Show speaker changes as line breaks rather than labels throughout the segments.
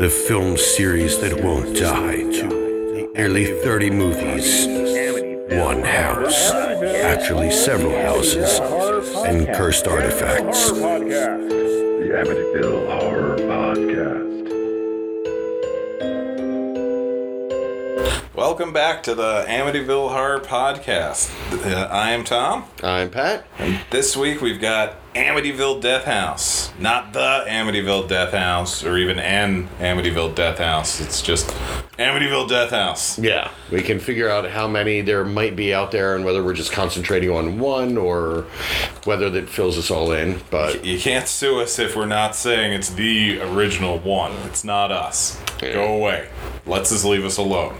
the film series that won't die. Nearly 30 movies, one house, actually several houses, and cursed artifacts.
The Amityville Horror Podcast.
Welcome back to the Amityville Horror Podcast. Uh, I am Tom.
I'm Pat.
This week we've got Amityville Death House. Not the Amityville Death House or even an Amityville Death House. It's just Amityville Death House.
Yeah. We can figure out how many there might be out there and whether we're just concentrating on one or whether that fills us all in. But
You can't sue us if we're not saying it's the original one. It's not us. Go away. Let's just leave us alone.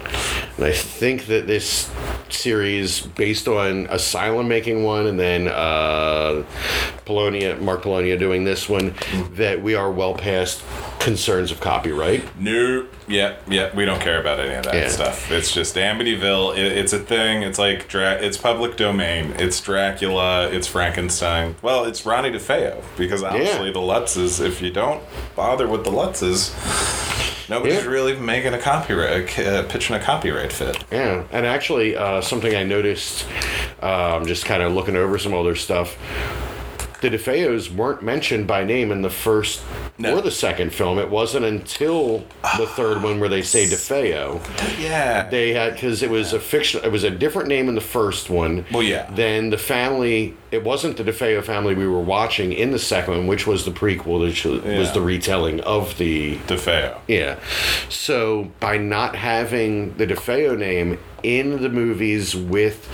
I think that this series, based on Asylum making one and then uh, Polonia, Mark Polonia doing this one, that we are well past concerns of copyright.
Nope. Yep. Yep. We don't care about any of that
Yeah.
stuff. It's just Amityville. It, it's a thing. It's like Dra- it's public domain. It's Dracula. It's Frankenstein. Well, it's Ronnie DeFeo because obviously the Lutzes. If you don't bother with the Lutzes, nobody's
Yeah.
really making a copyright, uh, pitching a copyright fit.
Yeah, and actually, uh, something I noticed, um, just kind of looking over some older stuff, the DeFeos weren't mentioned by name in the first
No.
or the second film. It wasn't until the third one where they say DeFeo.
Yeah.
They had because it was a fiction. It was a different name in the first one.
Well, yeah.
Then the family. It wasn't the DeFeo family we were watching in the second one, which was the prequel, which was
Yeah.
the retelling of the
DeFeo.
yeah. So by not having the DeFeo name in the movies with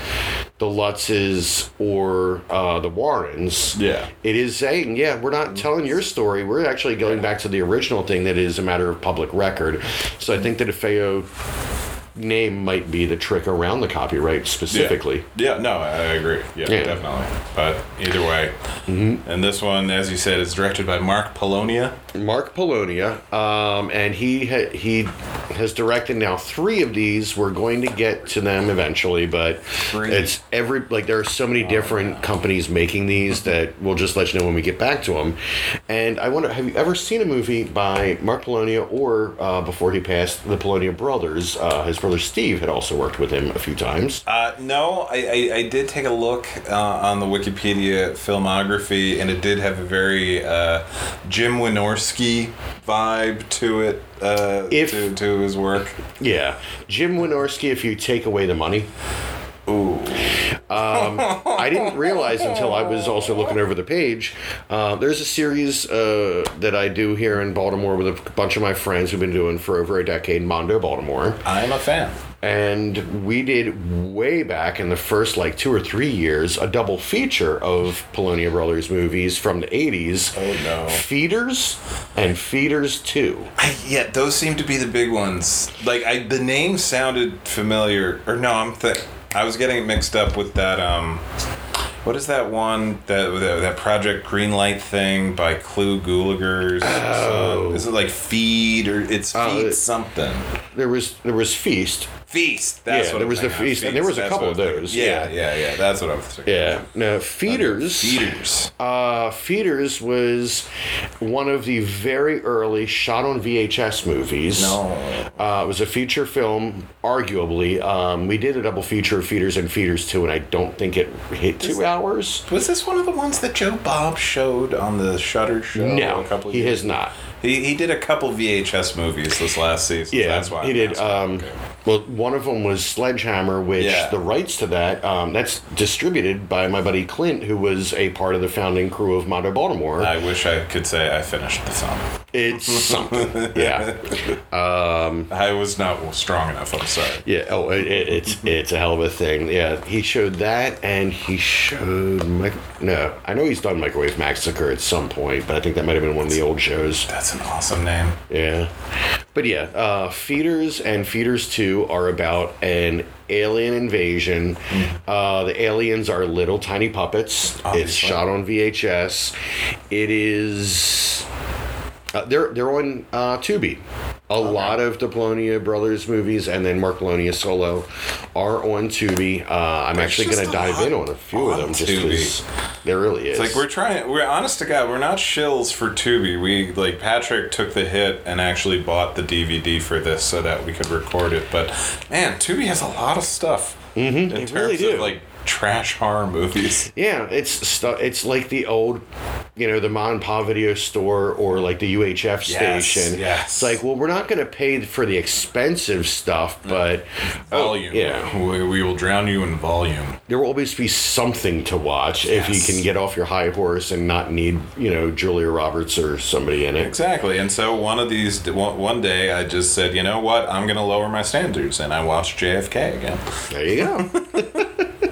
the Lutzes or uh, the Warrens,
Yeah.
it is saying, yeah, we're not telling your story. We're actually going back to the original thing that is a matter of public record. So I think the DeFeo name might be the trick around the copyright specifically.
Yeah, no, I I agree.
Yeah.
Yeah,
Mm-hmm.
definitely. But either way, and this one, as you said, is directed by Mark Polonia.
Mark Polonia, um, and he ha- he has directed now three of these. We're going to get to them eventually, but it's every like there are so many different companies making these that we'll just let you know when we get back to them. And I wonder, have you ever seen a movie by Mark Polonia or uh, before he passed, the Polonia brothers? Uh, his brother Steve had also worked with him a few times.
Uh, no, I, I, I did take a look uh, on the Wikipedia filmography, and it did have a very uh, Jim Wynorski vibe to it, uh,
If-
to, to his work.
Yeah, Jim Wynorski. If you take away the money. Um,
Ooh.
I didn't realize until I was also looking over the page. Uh, there's a series uh, that I do here in Baltimore with a bunch of my friends who've been doing for over a decade, Mondo Baltimore.
I'm a fan.
And we did way back in the first like two or three years a double feature of Polonia Brothers movies from the 80s.
Oh, no.
Feeders and Feeders 2.
I, yeah, those seem to be the big ones. Like I, the name sounded familiar, or no, I'm th- I was getting it mixed up with that. Um, what is that one that that, that Project Greenlight thing by Clue Gulager's? son? Is it like feed or it's feed
Oh, it-
something?
There was there was Feast.
Feast. That's
Yeah,
what
there
I'm
was the
thinking of,
feast, and there was a
that's
couple
what
of
I'm
those,
thinking. Yeah, yeah, yeah. That's what I'm thinking.
Yeah. Now Feeders.
Feeders.
Uh, Feeders was one of the very early shot on VHS movies.
No.
Uh, it was a feature film, arguably. Um, we did a double feature of Feeders and Feeders 2, and I don't think it hit two hours.
Was this one of the ones that Joe Bob showed on the Shutter show?
No,
Oh, a couple of
he
years
has not.
He, he did a couple VHS movies this last season.
Yeah,
that's why
he
I'm
did.
asking.
Um,
Okay.
Well, one of them was Sledgehammer, which
Yeah.
the rights to that um, that's distributed by my buddy Clint, who was a part of the founding crew of Mondo Baltimore.
I wish I could say I finished the film.
it's something, yeah.
I was not strong enough. I'm sorry.
Yeah. Oh, it, it, it's it's a hell of a thing. Yeah. He showed that, and he showed mic- no. I know he's done Microwave Massacre at some point, but I think that might have been one of the old shows.
That's an awesome name.
Yeah. But yeah, uh, Feeders and Feeders Two are about an alien invasion.
Hmm.
Uh, the aliens are little tiny puppets. It's
Obviously.
shot on VHS. It is. Uh, they're they're on uh, Tubi. A lot of the Polonia Brothers movies and then Mark Polonia solo are on Tubi. Uh, I'm actually
just
going to
a
dive
lot
in on a few of
on
them just
Tubi.
because there really is.
It's like we're trying. We're honest to God. We're not shills for Tubi. We like Patrick took the hit and actually bought the DVD for this so that we could record it. But man, Tubi has a lot of stuff in terms
Mm-hmm, really do.
of like trash horror movies.
Yeah, it's stu- it's like the old, you know, the Mon Pa video store or like the UHF
Yes,
station.
yes.
It's like, well, we're not going to pay for the expensive stuff,
Mm.
but
Volume.
Oh, yeah.
We, we will drown you in volume.
there will always be something to watch if
Yes.
you can get off your high horse and not need, you know, Julia Roberts or somebody in it.
Exactly. And so one of these, one one day, I just said, you know what? I'm gonna lower my standards, and I watched JFK again.
There you go.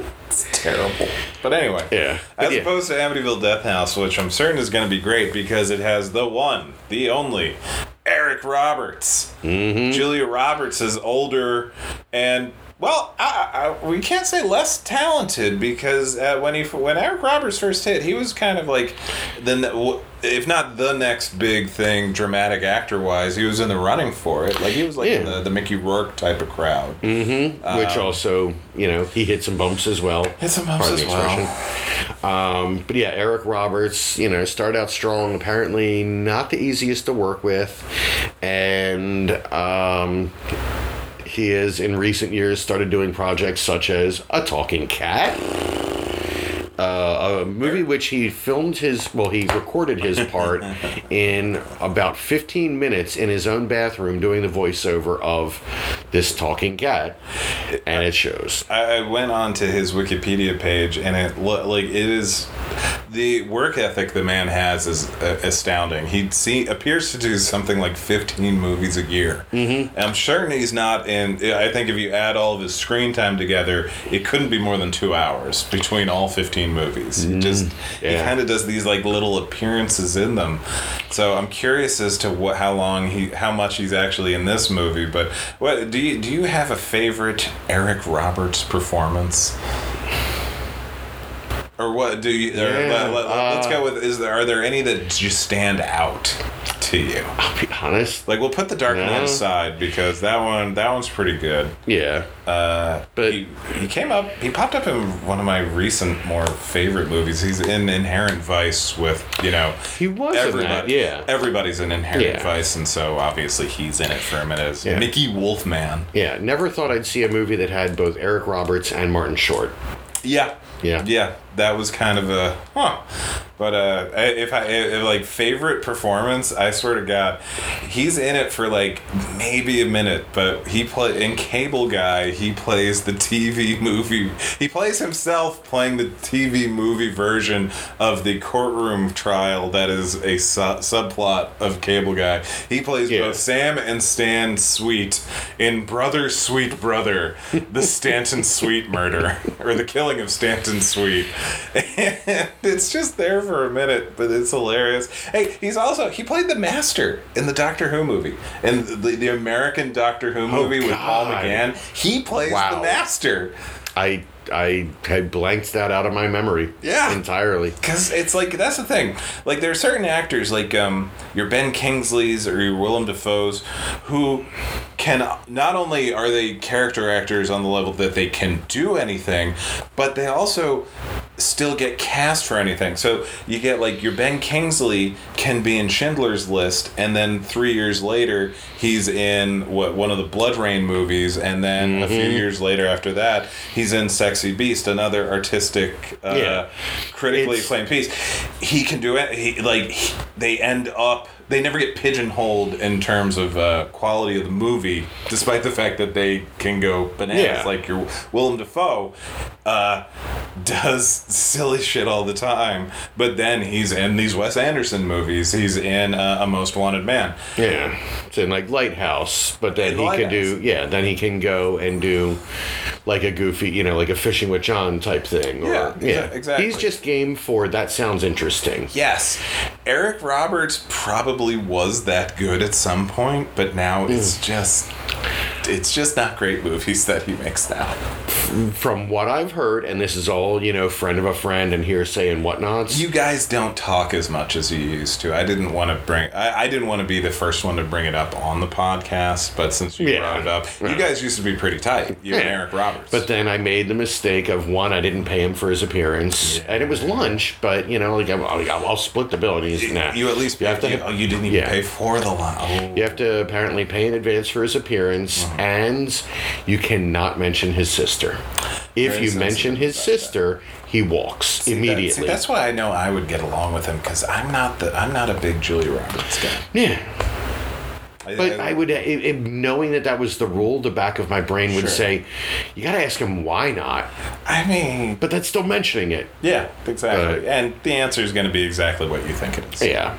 terrible. But anyway,
Yeah.
As
Yeah.
opposed to Amityville Death House, which I'm certain is going to be great because it has the one, the only, Eric Roberts.
Mm-hmm.
Julia Roberts is older and. Well, I, I, we can't say less talented because uh, when he when Eric Roberts first hit, he was kind of like the ne- if not the next big thing dramatic actor wise, he was in the running for it. Like he was like in
Yeah. Mm.
the, the Mickey Rourke type of crowd.
Which also, you know, he hit some bumps as well.
Uh-huh. Hit some bumps
Pardon
as well.
expression. Um, but yeah, Eric Roberts, you know, started out strong. Apparently, not the easiest to work with, and um, he has in recent years started doing projects such as a talking cat. Uh, a movie which he filmed his well he recorded his part in about 15 minutes in his own bathroom doing the voiceover of this talking cat and it shows
I I went on to his Wikipedia page, and it lo- like it is the work ethic the man has is uh, astounding. He see appears to do something like fifteen movies a year. Mm-hmm. I'm certain he's not in. I think if you add all of his screen time together, it couldn't be more than two hours between all fifteen movies. He just he
yeah.
kind of does these like little appearances in them. So I'm curious as to what how long he how much he's actually in this movie. But what do you do you have a favorite Eric Roberts performance? Or what do you? Or
Yeah, Uh.
let, us go with is there are there any that just stand out to you?
I'll be honest.
Like we'll put the Dark Knight
No.
aside because that one that one's pretty good.
Yeah. but
Uh, He, he came up he popped up in one of my recent more favorite movies. He's in Inherent Vice with you know
he was in that.
everybody.
Yeah.
everybody's in Inherent
Yeah.
Vice, and so obviously he's in it for a minute as
Yeah.
Mickey Wolfman.
yeah. Never thought I'd see a movie that had both Eric Roberts and Martin Short.
Yeah.
Yeah.
Yeah. That was kind of a huh. But uh, I- if I if, like favorite performance, I swear to God, he's in it for like maybe a minute. But he play in Cable Guy. He plays the TV movie. He plays himself playing the TV movie version of the courtroom trial that is a su- subplot of Cable Guy. He plays
Yeah.
both Sam and Stan Sweet in Brother Sweet Brother, the Stanton Sweet murder, or the killing of Stanton Sweet. And it's just there for a minute, but it's hilarious. Hey, he's also, he played the Master in the Doctor Who movie, and the, the American Doctor Who movie with Paul
Oh, God.
McGann. He plays the
Wow.
Master.
I I had blanked that out of my memory.
Yeah.
Entirely.
Because it's like that's the thing. Like there are certain actors, like um, your Ben Kingsley's or your Willem Dafoe's, who can not only are they character actors on the level that they can do anything, but they also still get cast for anything. So you get like your Ben Kingsley can be in Schindler's List, and then three years later he's in what one of the Blood Rain movies, and then a few years later after that he's in Sexy Beast, another artistic. Uh,
Yeah.
critically
It's-
acclaimed piece. He can do it. He like he- they end up. They never get pigeonholed in terms of uh, quality of the movie, despite the fact that they can go bananas.
Yeah.
Like your Willem Dafoe uh, does silly shit all the time, but then he's in these Wes Anderson movies. He's in uh, A Most Wanted Man.
Yeah. It's in like Lighthouse, but then
In
he could
Lighthouse.
do yeah, then he can go and do like a goofy, you know, like a fishing with John type thing. Or,
Yeah, exa- exactly.
He's just game for that sounds interesting.
Yes, Eric Roberts probably was that good at some
Mm.
point, but now it's just. It's just not great movies that he makes now.
f- from what I've heard, and this is all you know, friend of a friend and hearsay and whatnots.
You guys don't talk as much as you used to. I didn't want to bring. I, I didn't want to be the first one to bring it up on the podcast, but since you
Yeah.
brought it up, you guys used to be pretty tight. You and
Yeah.
Eric Roberts.
But then I made the mistake of one, I didn't pay him for his appearance, and it was lunch. But you know, like I, I'll, I'll split the bill, and he's nah.
you at least
you have to.
you, oh, you didn't even
yeah.
pay for the line. Oh.
you have to apparently pay in advance for his appearance,
Uh-huh.
and you cannot mention his sister. If
Very
you
sensitive
mention his sister, he walks immediately.
That- see, that's why I know I would get along with him because I'm not the I'm not a big Julie Roberts guy.
yeah. But I would, it, it- knowing that that was the rule, the back of my brain would
Sure.
say, "You got to ask him why not."
I mean,
But that's still mentioning it.
yeah, exactly.
Uh,
and the answer is going to be exactly what you think it is.
Yeah,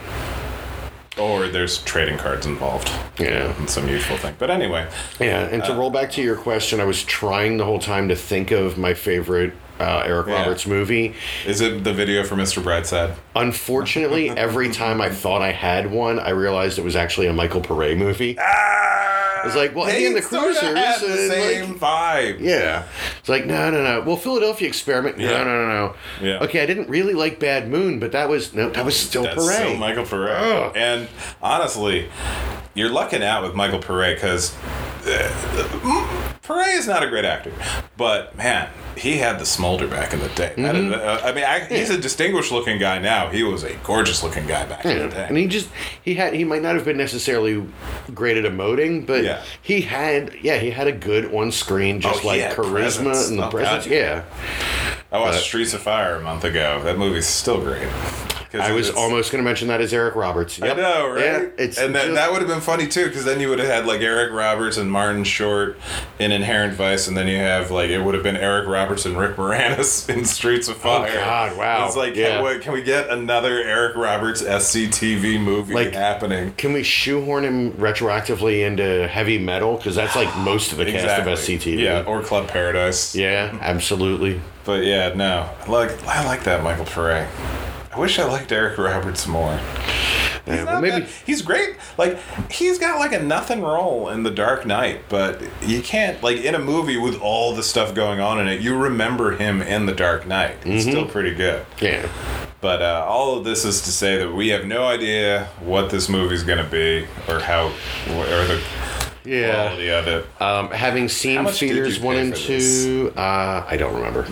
Or there's trading cards involved.
yeah,
And some useful thing. But anyway,
yeah. And
Uh,
to roll back to your question, I was trying the whole time to think of my favorite uh, Eric
Yeah.
Roberts movie.
is it the video for Mr. Brightside?
Unfortunately, every time I thought I had one, I realized it was actually a Michael Pere movie.
Ah,
It's like, well, Eddie and the Cruisers
Had the
and,
same
like-
vibe.
Yeah. It's like, no, no, no. Well, Philadelphia Experiment. No,
Yeah.
no, no, no.
Yeah.
Okay, I didn't really like Bad Moon, but that was no, that was still
That's
Pere.
so Michael Pere.
Ugh.
And honestly, you're lucking out with Michael Pere because Pere is not a great actor, but man, he had the smolder back in the day. That
Mm-hmm.
is- uh, I mean, I, he's a distinguished-looking guy now. He was a gorgeous-looking guy back in the
Yeah.
day.
And he just he had he might not have been necessarily great at emoting, but
Yeah.
he had yeah he had a good on screen just
Oh,
like
he had
charisma
presence.
and the
Oh, God,
presence.
yeah.
Yeah,
I watched
but-
Streets of Fire a month ago. That movie's still great. 'Cause
I was
it's-
almost going to mention that as Eric Roberts.
I
Yep.
know, right?
Yeah, it's
and that,
just-
that would have been funny too, because then you would have had like Eric Roberts and Martin Short in Inherent Vice, and then you have like it would have been Eric Roberts and Rick Moranis in Streets of Fire.
Oh, God, wow.
It's like,
Yeah.
can, what, can we get another Eric Roberts SCTV movie
Like-
happening?
Can we shoehorn him retroactively into heavy metal? Because that's like most of the cast of SCTV.
Yeah, or Club Paradise.
Yeah, absolutely.
But yeah, no, like I like that Michael Pere. I wish I liked Eric Roberts more. He's
well,
not
maybe-
bad. he's great. Like he's got like a nothing role in The Dark Knight, but you can't like in a movie with all the stuff going on in it, you remember him in The Dark Knight.
Mm-hmm.
It's still pretty good.
Yeah.
But uh, all of this is to say that we have no idea what this movie's gonna be or how or the
Yeah.
quality of it.
Um, having
How
seen
much did
theaters
you pay
one and
for this?
two, uh, I don't remember.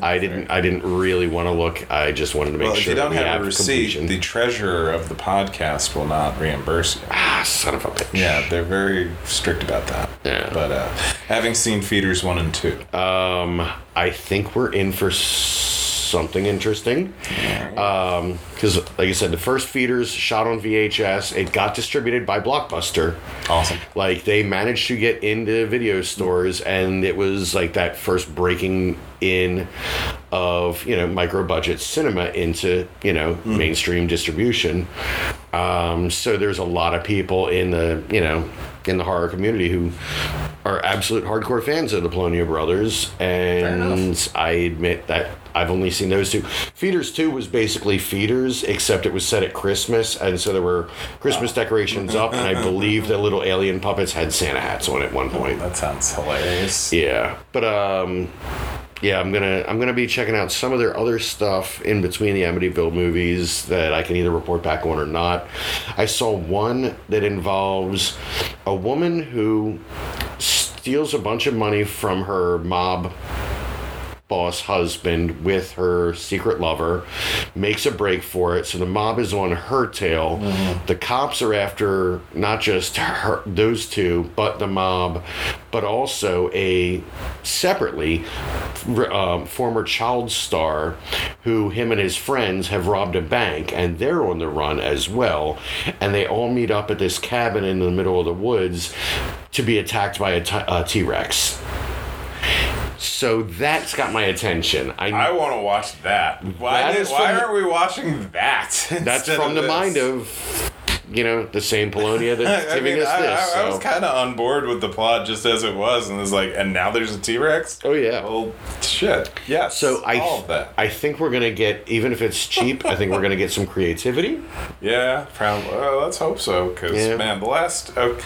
I didn't. I didn't really want to look. I just wanted to make
Well, if
sure
you don't
that we
have,
have,
a receipt,
completion.
the treasurer of the podcast will not reimburse you.
ah, son of a bitch.
Yeah, they're very strict about that.
Yeah.
But uh, having seen Feeders 1 and 2,
Um, I think we're in for s- something interesting. Um, because like I said, the first feeders shot on VHS. It got distributed by Blockbuster.
awesome.
Like they managed to get into video stores, and it was like that first breaking in of you know micro budget cinema into you know mainstream distribution. Um, so there's a lot of people in the you know in the horror community who are absolute hardcore fans of the Polonia Brothers, and I admit that I've only seen those two. Feeders Two was basically Feeders, except it was set at Christmas, and so there were Christmas decorations up, and I believe the little alien puppets had Santa hats on at one point.
That sounds hilarious.
Yeah, but um, yeah, I'm gonna I'm gonna be checking out some of their other stuff in between the Amityville movies that I can either report back on or not. I saw one that involves a woman who steals a bunch of money from her mob boss husband with her secret lover, makes a break for it. So the mob is on her tail. The cops are after not just her, those two, but the mob, but also a separately r- um, former child star who him and his friends have robbed a bank and they're on the run as well. And they all meet up at this cabin in the middle of the woods to be attacked by a T- a T-Rex. So that's got my attention. I,
I want to watch that. Why,
That
did-
is
why
from-
aren't we watching that?
that's
instead
from the
this?
mind of you know the same Polonia that's
I
giving
mean,
us
I,
this.
I, I was
so.
kind of on board with the plot just as it was, and it's like, and now there's a T Rex.
Oh, yeah.
Well, shit. Yes.
so I,
all of that.
I think we're gonna get even if it's cheap. I think we're gonna get some creativity.
Yeah, probably. Well, let's hope so, because
Yeah.
man, the last, oh,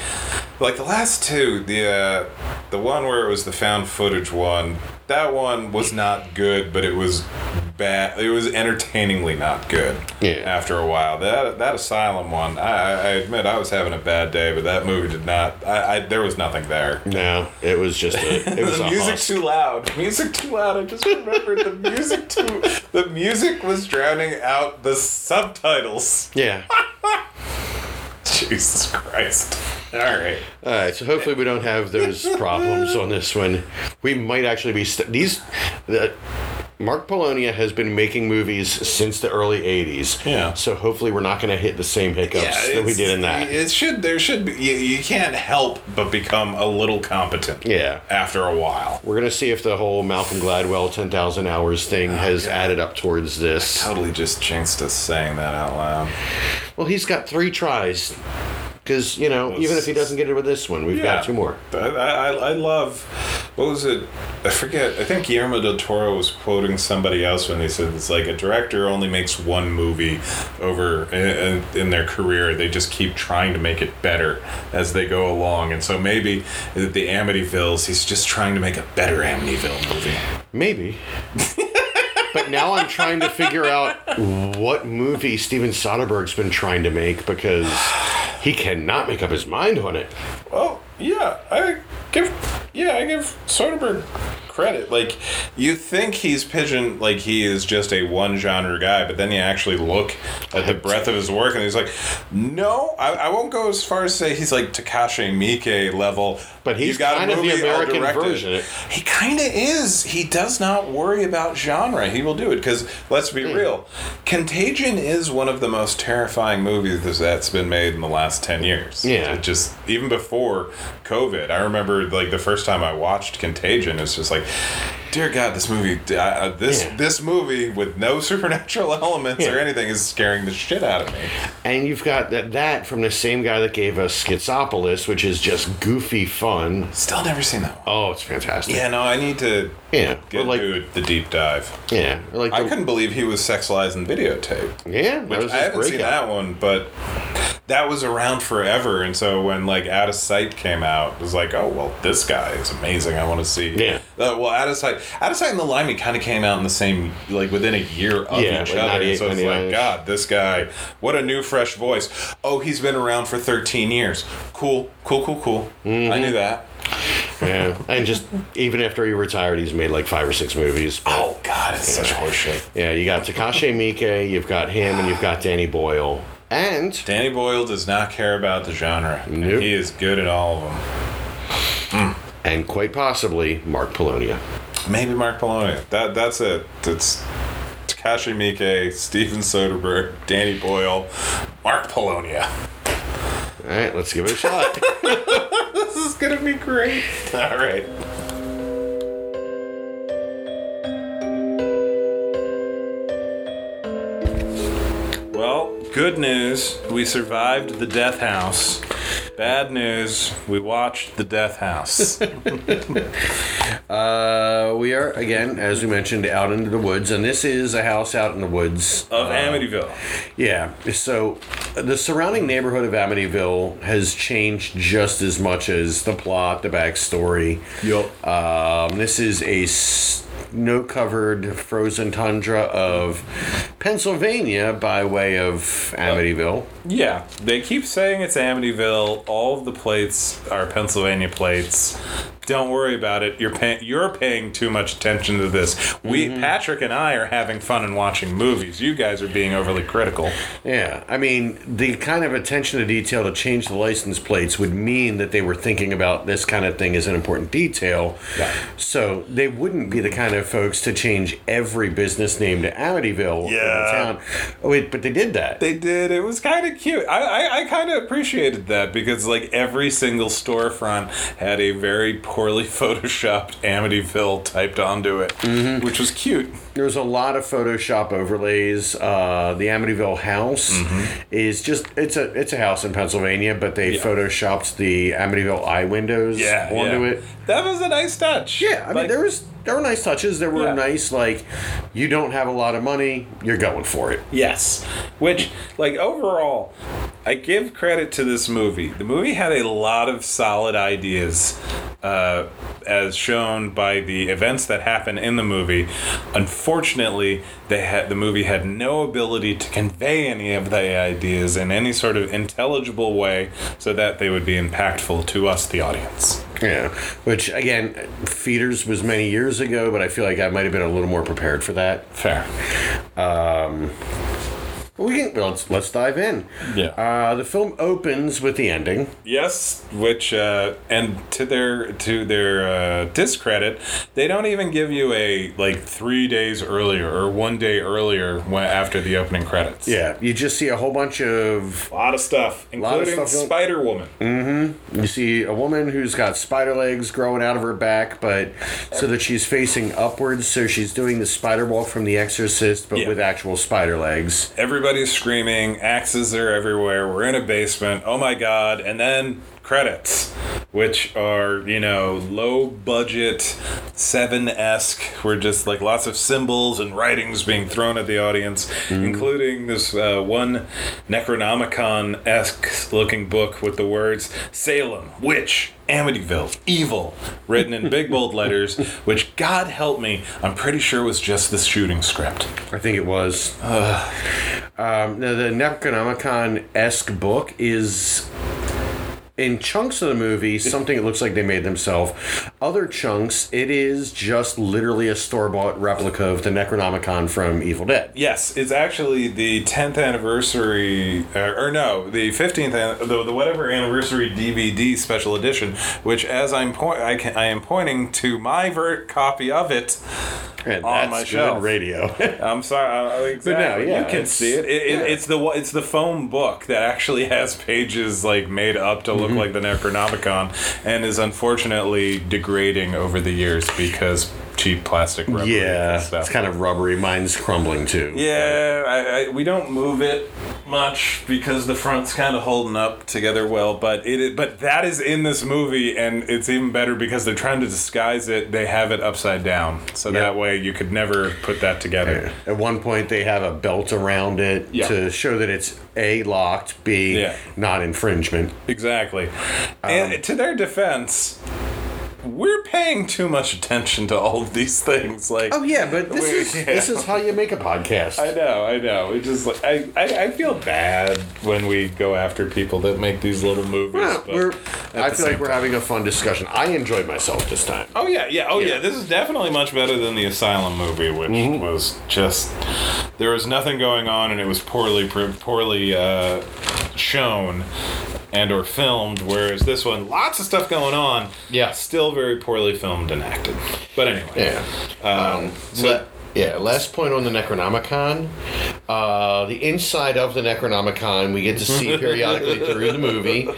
like the last two, the uh, the one where it was the found footage one, that one was not good, but it was bad. It was entertainingly not good.
Yeah.
After a while, that that Asylum one, I, I admit I was having a bad day, but that movie did not. I, I there was nothing there.
No, it was just a, it was
the
a
music
husk.
too loud. Music too loud. I just remembered the music too. The music was drowning out the subtitles.
Yeah.
Jesus Christ. All right.
All right, so hopefully we don't have those problems on this one. We might actually be st- these. The, Mark Polonia has been making movies since the early '80s.
Yeah.
So hopefully we're not going to hit the same hiccups that we
it's-
did in that.
It should there should be you, you can't help but become a little competent.
Yeah.
After a while.
We're going to see if the whole Malcolm Gladwell 10,000 hours thing
Oh,
has added up towards this.
Totally just jinxed us saying that out loud.
Well, he's got three tries. Because, you know, even if he doesn't get it with this one, we've got two more.
I, I, I love what was it? I forget. I think Guillermo del Toro was quoting somebody else when they said it's like a director only makes one movie over in, in their career. They just keep trying to make it better as they go along. And so maybe the Amityville's, he's just trying to make a better Amityville movie.
Maybe. but now I'm trying to figure out what movie Steven Soderbergh's been trying to make because he cannot make up his mind on it.
Oh yeah, I give yeah I give Soderbergh credit. Like you think he's pigeon, like he is just a one genre guy, but then you actually look at the breadth of his work, and he's like, no, I, I won't go as far as say he's like Takashi Miike level.
But he's
You got a
kind of the
movie, I'll
American
direct it.
version.
He kind of is. He does not worry about genre. He will do it because let's be
Hmm.
real, Contagion is one of the most terrifying movies that's been made in the last ten years.
Yeah.
It just just even before COVID, I remember like the first time I watched Contagion. It's just like, dear God, this movie, I, I, this
Yeah.
this movie with no supernatural elements or
Yeah.
anything is scaring the shit out of me.
And you've got that, that from the same guy that gave us Schizopolis, which is just goofy fun.
Still never seen that one.
Oh, it's fantastic.
Yeah, no, I need to
Yeah. Or
get
like,
to the deep dive.
yeah. or Like
I
the-
couldn't believe he was sexualized in videotape.
Yeah, that
Which
was
I
his
haven't seen
breakout.
that one, but that was around forever. And so when like Out of Sight came out, it was like, oh well, this guy is amazing. I want to see.
Yeah.
Uh, well, Out of Sight, Out of Sight and The Limey kind of came out in the same like within a year of
Yeah,
each
like
other.
98,
And so it's like,
99.
God, this guy, what a new fresh voice. Oh, he's been around for 13 years. Cool, cool, cool, cool. I
Mm-hmm.
knew that.
Yeah, and just even after he retired, he's made like five or six movies.
Oh God, it's such horseshit.
Yeah, you got Takashi Miike, you've got him, and you've got Danny Boyle, and
Danny Boyle does not care about the genre. and
Nope.
He is good at all of them.
and quite possibly Mark Polonia.
Maybe Mark Polonia. That that's it. That's Takashi Miike, Steven Soderbergh, Danny Boyle, Mark Polonia.
All right, let's give it a shot.
This is gonna be great. All right. Well, good news. We survived the Death House. Bad news. We watched the Death House.
uh, we are again, as we mentioned, out into the woods, and this is a house out in the woods
of Amityville.
Yeah. So uh, the surrounding neighborhood of Amityville has changed just as much as the plot, the backstory.
Yup.
Um, this is a snow covered frozen tundra of Pennsylvania by way of Amityville.
Yeah, they keep saying it's Amityville. All of the plates are Pennsylvania plates. Don't worry about it. You're paying. You're paying too much attention to this. We, Patrick and I, are having fun and watching movies. You guys are being overly critical.
Yeah. I mean, the kind of attention to detail to change the license plates would mean that they were thinking about this kind of thing as an important detail.
Yeah.
So they wouldn't be the kind of folks to change every business name to Amityville in
Yeah.
the town. Oh, wait, but they did that.
They did. It was kind of cute. I, I, I kind of appreciated that because like every single storefront had a very poorly photoshopped Amityville typed onto it, which was cute.
There's a lot of Photoshop overlays. Uh, the Amityville house
Mm-hmm.
is just it's a it's a house in Pennsylvania, but they photoshopped the Amityville eye windows
Yeah,
onto
yeah.
it.
That was a nice touch.
Yeah, I mean
Like-
there was there were nice touches. There were
Yeah.
nice like you don't have a lot of money, you're going for it.
Yes. Which, like, overall, I give credit to this movie. The movie had a lot of solid ideas, uh, as shown by the events that happen in the movie. Unfortunately, they had the movie had no ability to convey any of the ideas in any sort of intelligible way, so that they would be impactful to us, the audience.
Yeah, which again, feeders was many years ago, but I feel like I might have been a little more prepared for that.
Fair.
But we can well, let's let's dive in.
Yeah.
Uh, the film opens with the ending.
Yes, which uh, and to their to their uh, discredit, they don't even give you a like three days earlier or one day earlier when, after the opening credits.
Yeah. You just see a whole bunch of
a lot of stuff,
of
including
stuff going-
Spider Woman.
you see a woman who's got spider legs growing out of her back, but so that she's facing upwards, so she's doing the spider walk from The Exorcist, but
Yeah.
with actual spider legs.
Everybody's screaming, axes are everywhere. We're in a basement. Oh my god! And then credits, which are you know low budget, seven esque. We're just like lots of symbols and writings being thrown at the audience, including this uh, one Necronomicon esque looking book with the words Salem, witch. Amityville, evil, written in big bold letters, which God help me, I'm pretty sure was just the shooting script.
I think it was. Um, now the Necronomicon esque book is. In chunks of the movie, something it looks like they made themselves. Other chunks, it is just literally a store bought replica of the Necronomicon from Evil Dead.
Yes, it's actually the 10th anniversary, uh, or, or no, the 15th, an- the, the whatever anniversary DVD special edition, which as I'm point, I can, I am pointing to my ver- copy of it.
And
On my
that's
shelf.
good radio.
I'm sorry, I, I, exactly.
yeah,
you can
it's-
see it. It, it It's the one- it's the foam book that actually has pages like made up to look
Mm-hmm.
like the Necronomicon, and is unfortunately degrading over the years because cheap plastic rubber.
Yeah,
and stuff.
it's kind of rubbery. Mine's crumbling too.
Yeah, I, I, we don't move it much because the front's kind of holding up together well. But it, it, but that is in this movie, and it's even better because they're trying to disguise it. They have it upside down, so that way you could never put that together.
At one point, they have a belt around it
Yeah.
to show that it's a locked, b
Yeah.
not infringement.
Exactly.
Um,
and to their defense. We're paying too much attention to all of these things. Like,
Oh yeah, but this
We-
is this is how you make a podcast.
I know, I know. It's just like I, I, I feel bad when we go after people that make these little movies.
Well,
but
we're,
at
I feel
the same
like we're having a fun discussion. I enjoyed myself this time.
Oh yeah, yeah, oh yeah.
Yeah. Mm-hmm.
This is definitely much better than the Asylum movie, which was just there was nothing going on and it was poorly pr- poorly uh, shown and or filmed. Whereas this one, lots of stuff going on.
Yeah.
still very poorly filmed and acted. But anyway,
Yeah.
Um, so
Le- yeah, last point on the Necronomicon. Uh, the inside of the Necronomicon we get to see periodically through the movie.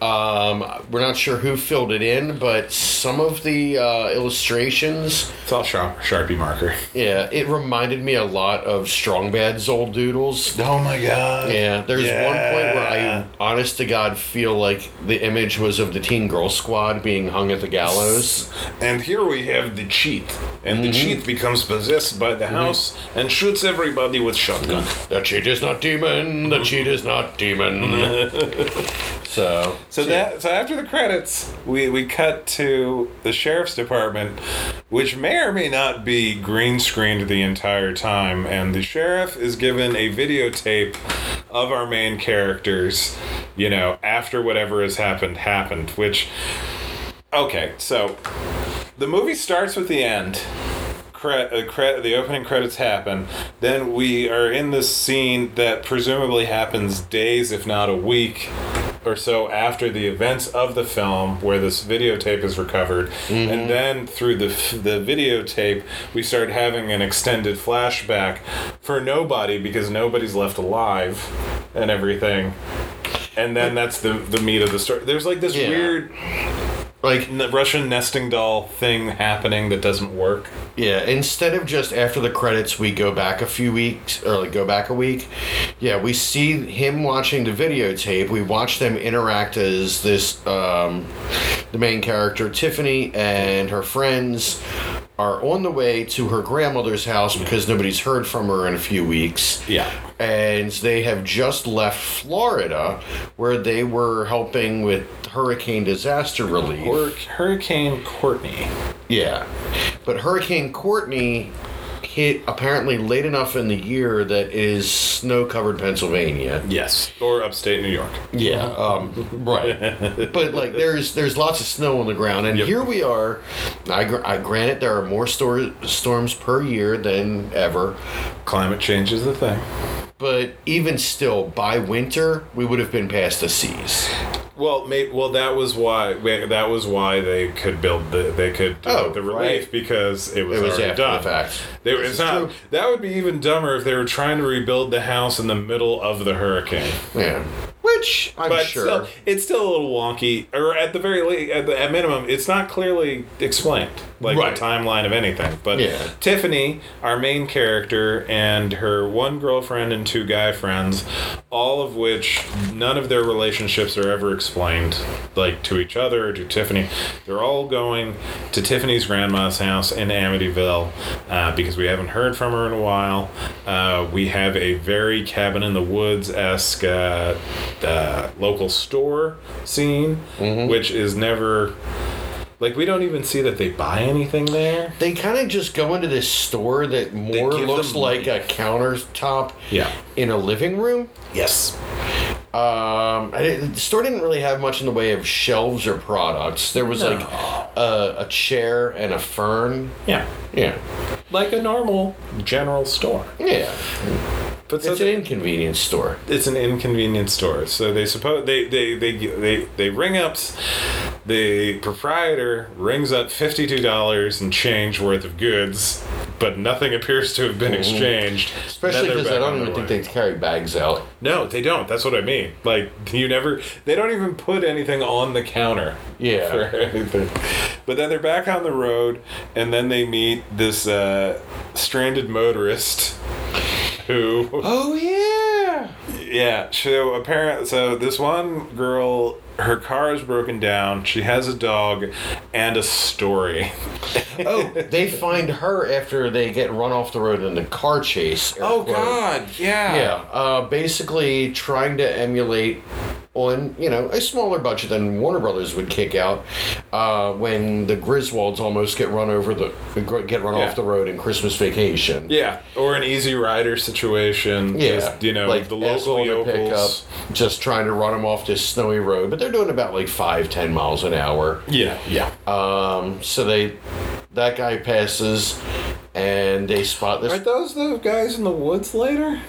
Um, we're not sure who filled it in, but some of the uh, illustrations,
it's all sharp, sharpie marker.
yeah, it reminded me a lot of Strongbad's old doodles.
Oh my god.
Yeah, there's one point
Yeah.
where I, honest to God, feel like the image was of the Teen Girl Squad being hung at the gallows.
And here we have the cheat, and the
Mm-hmm.
cheat becomes possessed by the house and shoots everybody with shotgun.
The cheat is not demon. The cheat is not demon. so
So that so after the credits, we, we cut to the sheriff's department, which may or may not be green screened the entire time, and the sheriff is given a videotape of our main characters, you know, after whatever has happened happened, which okay, so the movie starts with the end. Cre- uh, cre- the opening credits happen. Then we are in this scene that presumably happens days, if not a week, or so after the events of the film, where this videotape is recovered. And then through the f- the videotape, we start having an extended flashback for nobody because nobody's left alive, and everything. And then that's the the meat of the story. There's like this
Yeah.
weird
like
n- Russian nesting doll thing happening that doesn't work.
yeah, instead of just after the credits, we go back a few weeks or like go back a week. Yeah, we see him watching the videotape. We watch them interact as this um, the main character Tiffany and her friends are on the way to her grandmother's house because nobody's heard from her in a few weeks.
Yeah.
And they have just left Florida where they were helping with hurricane disaster relief.
Hur- Hurricane Courtney.
Yeah. But Hurricane Courtney hit apparently late enough in the year that it is snow covered Pennsylvania.
Yes.
Or upstate New York.
Yeah, um, right. but like, there's there's lots of snow on the ground, and here we are. I, gr- I granted there are more stor- storms per year than ever,
Climate change is the thing.
but even still, by winter we would have been past the seas.
Well, mate. Well, that was why. wa- That was why they could build the. They could do
Oh,
the relief
right.
because it was,
It was
already
after
done.
the fact.
They were, it's not.
true.
That would be even dumber if they were trying to rebuild the house in the middle of the hurricane.
Yeah, which I'm
but
sure.
still, it's still a little wonky, or at the very least, at, the, at minimum, it's not clearly explained, like
Right.
the timeline of anything. But
Yeah.
Tiffany, our main character, and her one girlfriend and two guy friends, all of which none of their relationships are ever explained, like to each other or to Tiffany. They're all going to Tiffany's grandma's house in Amityville uh, because we haven't heard from her in a while. Uh, we have a very cabin in the woods esque uh, uh, local store scene, which is never. Like we don't even see that they buy anything there.
they kind of just go into this store that more
give
looks
them
like a countertop
Yeah.
in a living room.
Yes.
Um, I didn't- the store didn't really have much in the way of shelves or products. There was like a, a chair and a fern.
Yeah.
Yeah,
Like a normal general store.
yeah.
But so
It's an inconvenience store.
it's an inconvenience store. So they suppose they they they they, they ring up the proprietor rings up fifty two dollars and change worth of goods, but nothing appears to have been exchanged.
Mm-hmm. Especially
Then they're
because I
back
don't
on
even
their
think
way.
they carry bags out.
No, they don't. That's what I mean. Like you never they don't even put anything on the counter.
Yeah.
For anything. But then they're back on the road and then they meet this uh, stranded motorist who
Oh yeah.
yeah, so apparently so this one girl her car is broken down. She has a dog and a story.
Oh, they find her after they get run off the road in the car chase. air quote.
Oh, yeah.
Yeah. Uh, basically, trying to emulate on you know a smaller budget than Warner Brothers would kick out uh, when the Griswolds almost get run over the get run
Yeah.
off the road in Christmas Vacation.
Yeah, or an easy rider situation.
Yeah,
just, you know, the local
asshole to pick
yokels.
up, just trying to run them off this snowy road, but they're doing about like five, ten miles an hour.
Yeah, yeah.
Um, so they, that guy passes, and they spot this.
Are those the guys in the woods later?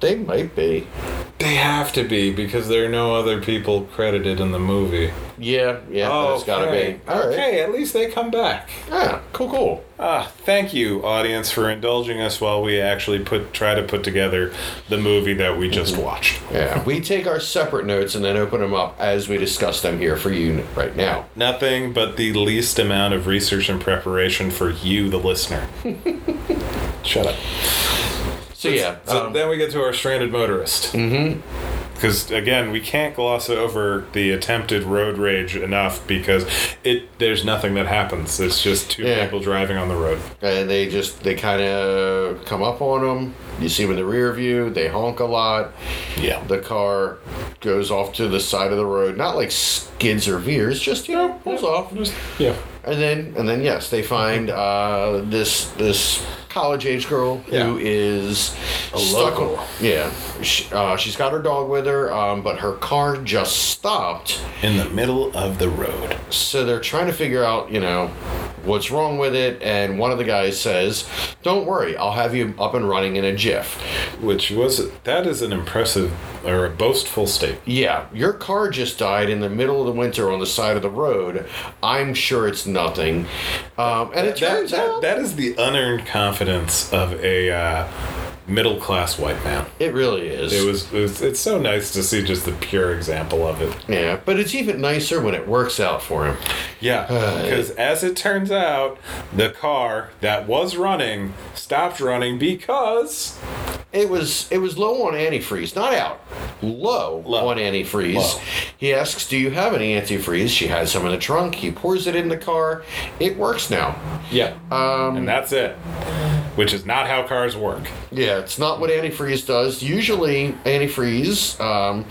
They might be.
They have to be because there are no other people credited in the movie.
Yeah, yeah, that's gotta be. All right.
Oh, Okay, at least they come back.
Yeah, cool, cool.
Ah, thank you, audience, for indulging us while we actually put try to put together the movie that we just watched.
Yeah, we take our separate notes and then open them up as we discuss them here for you right now.
Nothing but the least amount of research and preparation for you, the listener. Shut up.
So yeah,
So
um,
then we get to our stranded motorist. Mm-hmm. Because again, we can't gloss over the attempted road rage enough because it there's nothing that happens. It's just two
Yeah.
people driving on the road.
and they just they kind of come up on them. You see them in the rear view. They honk a lot.
Yeah.
The car goes off to the side of the road, not like skids or veers, just you know pulls off.
Yeah.
And then and then yes, they find uh, this this college age girl who
Yeah.
is a
local.
yeah, she, uh, she's got her dog with her, um, but her car just stopped.
In the middle of the road.
So they're trying to figure out, you know, what's wrong with it. And one of the guys says, "Don't worry, I'll have you up and running in a jiff."
Which was that is an impressive or a boastful state.
Yeah, your car just died in the middle of the winter on the side of the road. I'm sure it's nothing. Um, and it
That,
turns
that,
out
that is the unearned confidence of a uh, middle class white man.
it really is.
It was, it was it's so nice to see just the pure example of it.
Yeah, but it's even nicer when it works out for him.
Yeah,
Uh,
because as it turns out, the car that was running stopped running because
It was it was low on antifreeze, not out. Low,
Low.
on antifreeze.
Low.
He asks, "Do you have any antifreeze?" She has some in the trunk. He pours it in the car. It works now.
Yeah.
Um,
And that's it. Which is not how cars work.
Yeah, it's not what antifreeze does. Usually, antifreeze um,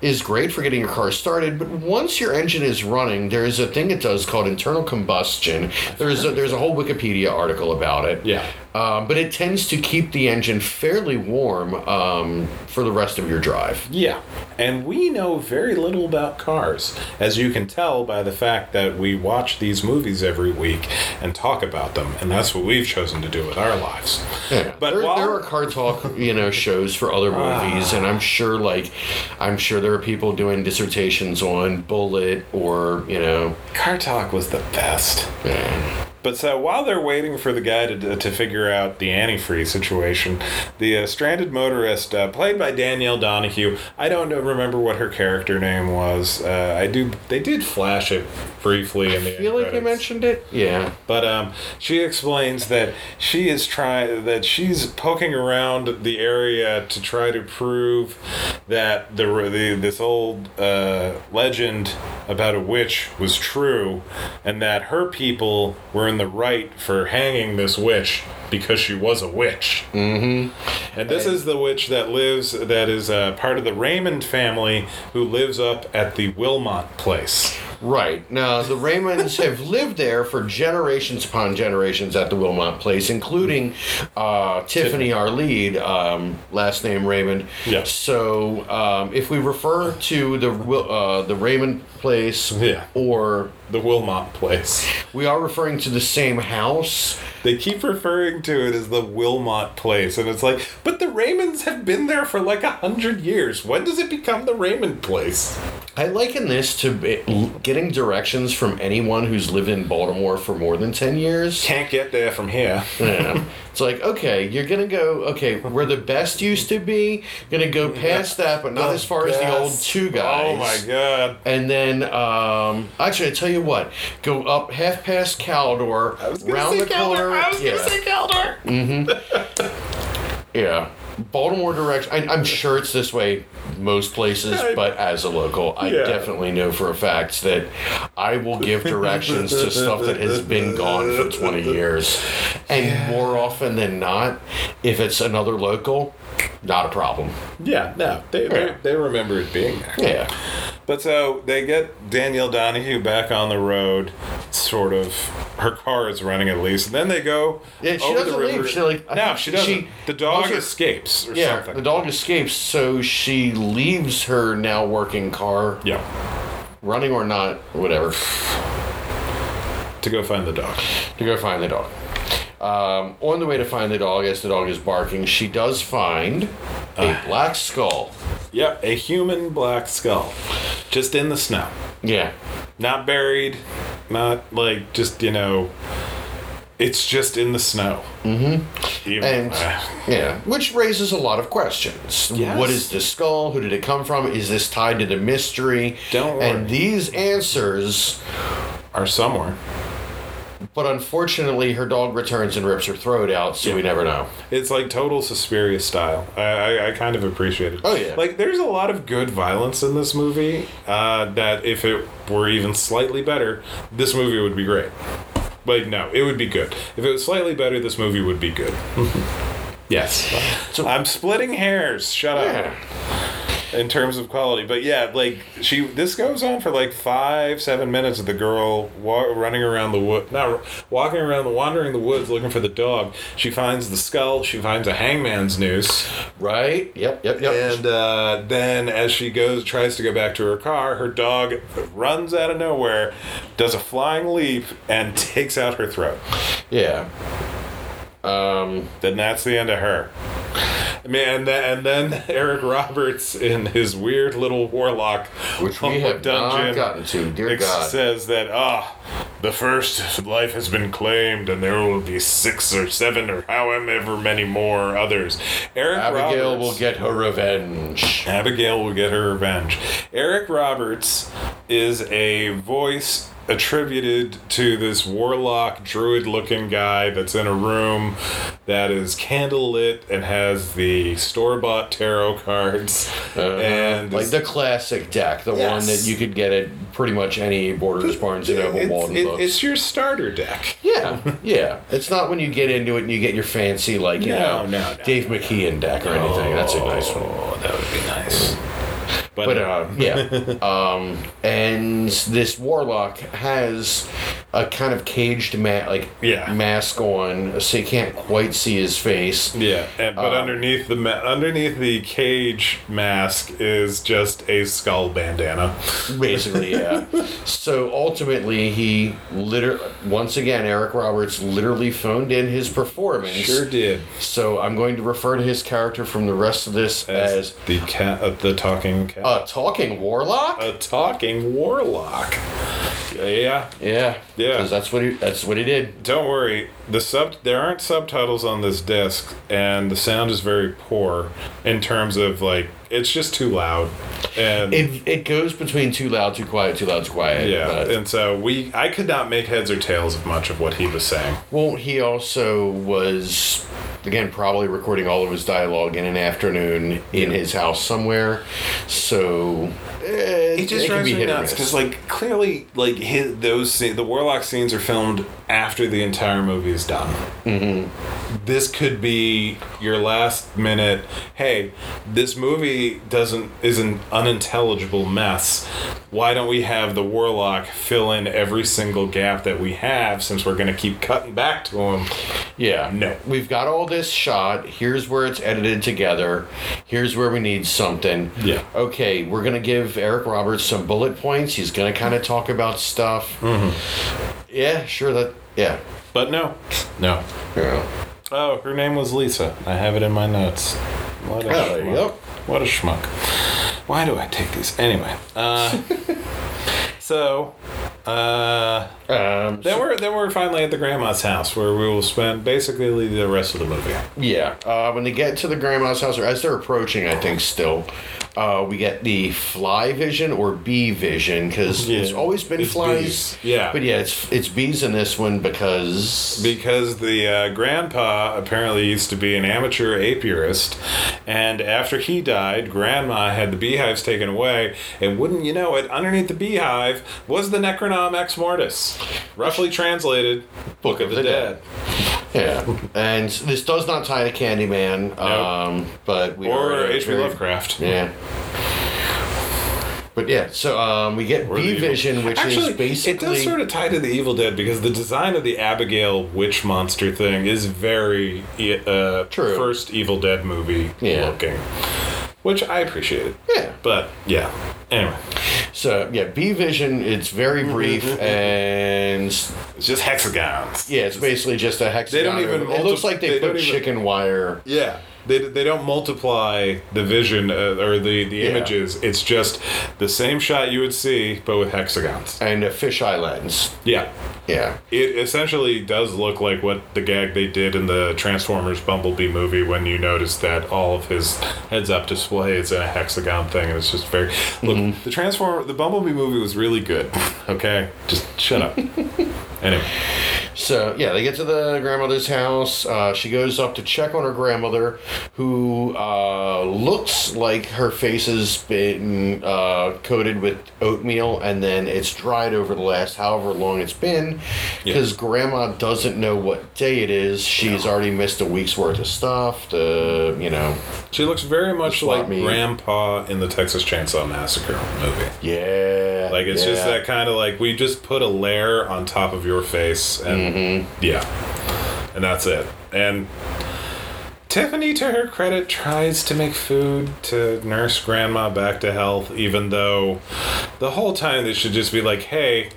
is great for getting your car started, but once your engine is running, there is a thing it does called internal combustion. There's a, there's a whole Wikipedia article about it.
Yeah.
Um, but it tends to keep the engine fairly warm um, for the rest of your drive.
Yeah.
And we know very little about cars, as you can tell by the fact that we watch these movies every week and talk about them. And that's what we've chosen to do with our lives. But
there,
while-
there are car talk, you know, shows for other movies, and I'm sure, like, I'm sure there are people doing dissertations on Bullet or you know,
Car Talk was the best.
yeah.
But so while they're waiting for the guy to, to figure out the antifreeze situation, the uh, stranded motorist, uh, played by Danielle Donahue, I don't know, remember what her character name was. Uh, I do. They did flash it briefly in the.
feel like you mentioned it. Yeah.
But um, she explains that she is trying that she's poking around the area to try to prove that the, the this old uh, legend about a witch was true, and that her people were in the right for hanging this witch because she was a witch. And this is the witch that lives that is uh, part of the Raymond family who lives up at the Wilmot place.
Right. Now, the Raymonds have lived there for generations upon generations at the Wilmot place, including uh, Tiffany, our lead, um, last name Raymond.
Yeah.
So, um, if we refer to the Wil- uh, the Raymond place
Yeah.
or
The Wilmot place.
we are referring to the same house.
They keep referring to it as the Wilmot place, and it's like, but the Raymonds have been there for like a hundred years. When does it become the Raymond place?
I liken this to it, getting directions from anyone who's lived in Baltimore for more than 10 years.
Can't get there from here.
Yeah. It's like, okay, you're gonna go okay, where the best used to be, gonna go past that, but not as far as the old
Yes.
two guys.
Oh my god.
And then um actually I tell you what, go up half past Caldor, round the corner. yeah. Mm.
Caldor.
yeah. Baltimore direction. I, I'm sure it's this way most places, but as a local, I
Yeah.
definitely know for a fact that I will give directions to stuff that has been gone for 20 years. And more often than not, if it's another local, not a problem.
Yeah, no, they, they, they remember it being there.
Yeah.
But so they get Danielle Donahue back on the road, sort of. Her car is running at least. And then they go
Yeah, she
over the
doesn't leave.
river.
She, like, I
no,
think
she doesn't.
she-
the dog
also-
escapes or
Yeah,
something.
the dog escapes, so she leaves her now working car,
yeah,
running or not, whatever.
to go find the dog.
to go find the dog. Um, on the way to find the dog, as the dog is barking, she does find a
Uh.
black skull.
Yep, a human black skull, just in the snow,
Yeah.
not buried, not like just you know, it's just in the snow. Mm-hmm.
And yeah, which raises a lot of questions.
Yes.
What is this skull? Who did it come from? Is this tied to the mystery?
Don't
And
worry.
these answers,
are somewhere.
but unfortunately, her dog returns and rips her throat out, so we never know.
It's like total Suspiria style. I, I, I kind of appreciate it.
Oh, yeah.
Like there's a lot of good violence in this movie. Uh, that if it were even slightly better, this movie would be great. Like no, it would be good. If it was slightly better, this movie would be good. yes.
So-
I'm splitting hairs. Shut
Yeah.
up. In terms of quality, but yeah, like she, this goes on for like five, seven minutes of the girl wa- running around the wood, not walking around, the wandering the woods looking for the dog. She finds the skull. She finds a hangman's noose.
Right? Yep, yep, yep.
And uh, then, as she goes, tries to go back to her car, her dog runs out of nowhere, does a flying leap, and takes out her throat.
yeah. Um,
Then that's the end of her. Man, and then, and then Eric Roberts in his weird little warlock,
which we have not gotten to. Dear
ex-
God.
says that ah, the first life has been claimed, and there will be six or seven or however many more others. Eric
Abigail
Roberts,
will get her revenge.
Abigail will get her revenge. Eric Roberts is a voice attributed to this warlock druid looking guy that's in a room that is candlelit and has the store bought tarot cards and
Uh-huh. Like the classic deck, the one that
Yes.
you could get at pretty much any Borders Barnes and Noble
it's,
Walden
it-
books.
it's your starter deck.
yeah, yeah. It's not when you get into it and you get your fancy like you know
No, no, no.
Dave McKeon deck or anything. That's a nice one.
Oh, that would be nice. But,
But uh, yeah, um, and this warlock has a kind of caged ma- like
Yeah.
mask on, so you can't quite see his face.
yeah, and, but underneath the ma- underneath the cage mask is just a skull bandana.
Basically, yeah. so ultimately, he liter once again Eric Roberts literally phoned in his performance.
did.
So I'm going to refer to his character from the rest of this as,
As the cat, uh, the talking cat,
a talking warlock.
a talking warlock. Yeah,
yeah,
Yeah.
'cause that's what he that's what he did.
Don't worry. The sub there aren't subtitles on this disc, and the sound is very poor in terms of like it's just too loud. And
It, it goes between too loud, too quiet, too loud, too quiet.
yeah,
but-
and so we I could not make heads or tails of much of what he was saying.
Well, he also was, again, probably recording all of his dialogue in an afternoon in his house somewhere. So eh,
It just drives me
hit or
nuts
miss.
because, like, clearly, like his, those scene, the warlock scenes are filmed after the entire movie is done.
Mm-hmm.
This could be your last minute. Hey, this movie doesn't is an unintelligible mess. Why don't we have the warlock fill in every single gap that we have since we're going to keep cutting back to him?
yeah,
No.
we've got all this shot. Here's where it's edited together. Here's where we need something.
Yeah.
Okay, we're gonna give Eric Roberts some bullet points. He's gonna kind of talk about stuff.
Mm-hmm.
Yeah, sure. That yeah.
But no, no.
Yeah.
Oh, her name was Lisa. I have it in my notes. What a
Oh, there you
schmuck.
go.
What a schmuck. Why do I take these? Anyway, uh, so uh,
Um,
then we're then we're finally at the grandma's house where we will spend basically the rest of the movie.
Yeah, uh, when they get to the grandma's house, or as they're approaching, I think still, uh, we get the fly vision or bee vision because
Yeah,
it's always been
it's
flies.
bees, yeah.
but yeah, it's it's bees in this one because
Because the uh, grandpa apparently used to be an amateur apiarist, and after he died, grandma had the beehives taken away, and wouldn't you know it, underneath the beehive was the Necronom Ex Mortis, roughly translated Book of the, Dead.
yeah, and this does not tie to Candyman, um, but we
Or
are
H.P.
very-
Lovecraft.
yeah. But yeah, so um, we get
the
bee
evil-
vision, which
Actually,
is basically
it does sort of tie to the Evil Dead because the design of the Abigail witch monster thing is very uh,
True.
first Evil Dead movie
Yeah.
looking, which I appreciated.
yeah.
But yeah, anyway,
So yeah, bee vision. It's very
Mm-hmm,
brief and
it's just hexagons.
Yeah, it's basically just a hexagon.
They don't even
it looks
multi-
like they,
they
put
don't even-
chicken wire.
Yeah. They, they don't multiply the vision uh, or the, the images. It's just the same shot you would see, but with hexagons.
And a fisheye lens.
Yeah.
Yeah.
It essentially does look like what the gag they did in the Transformers Bumblebee movie when you notice that all of his heads up display is in a hexagon thing and it's just very look the Transformer the Bumblebee movie was really good. Okay? Just shut up. anyway.
So, yeah, they get to the grandmother's house. Uh, she goes up to check on her grandmother, who uh, looks like her face has been uh, coated with oatmeal and then it's dried over the last however long it's been because grandma doesn't know what day it is. She's already missed a week's worth of stuff. The, you know,
She looks very much
swap
like
meet.
Grandpa in the Texas Chainsaw Massacre movie.
yeah.
Like it's just
yeah.
that kind of like we just put a layer on top of your face and
Mm-hmm.
yeah. And that's it. And Tiffany to her credit tries to make food to nurse grandma back to health even though the whole time they should just be like, "Hey,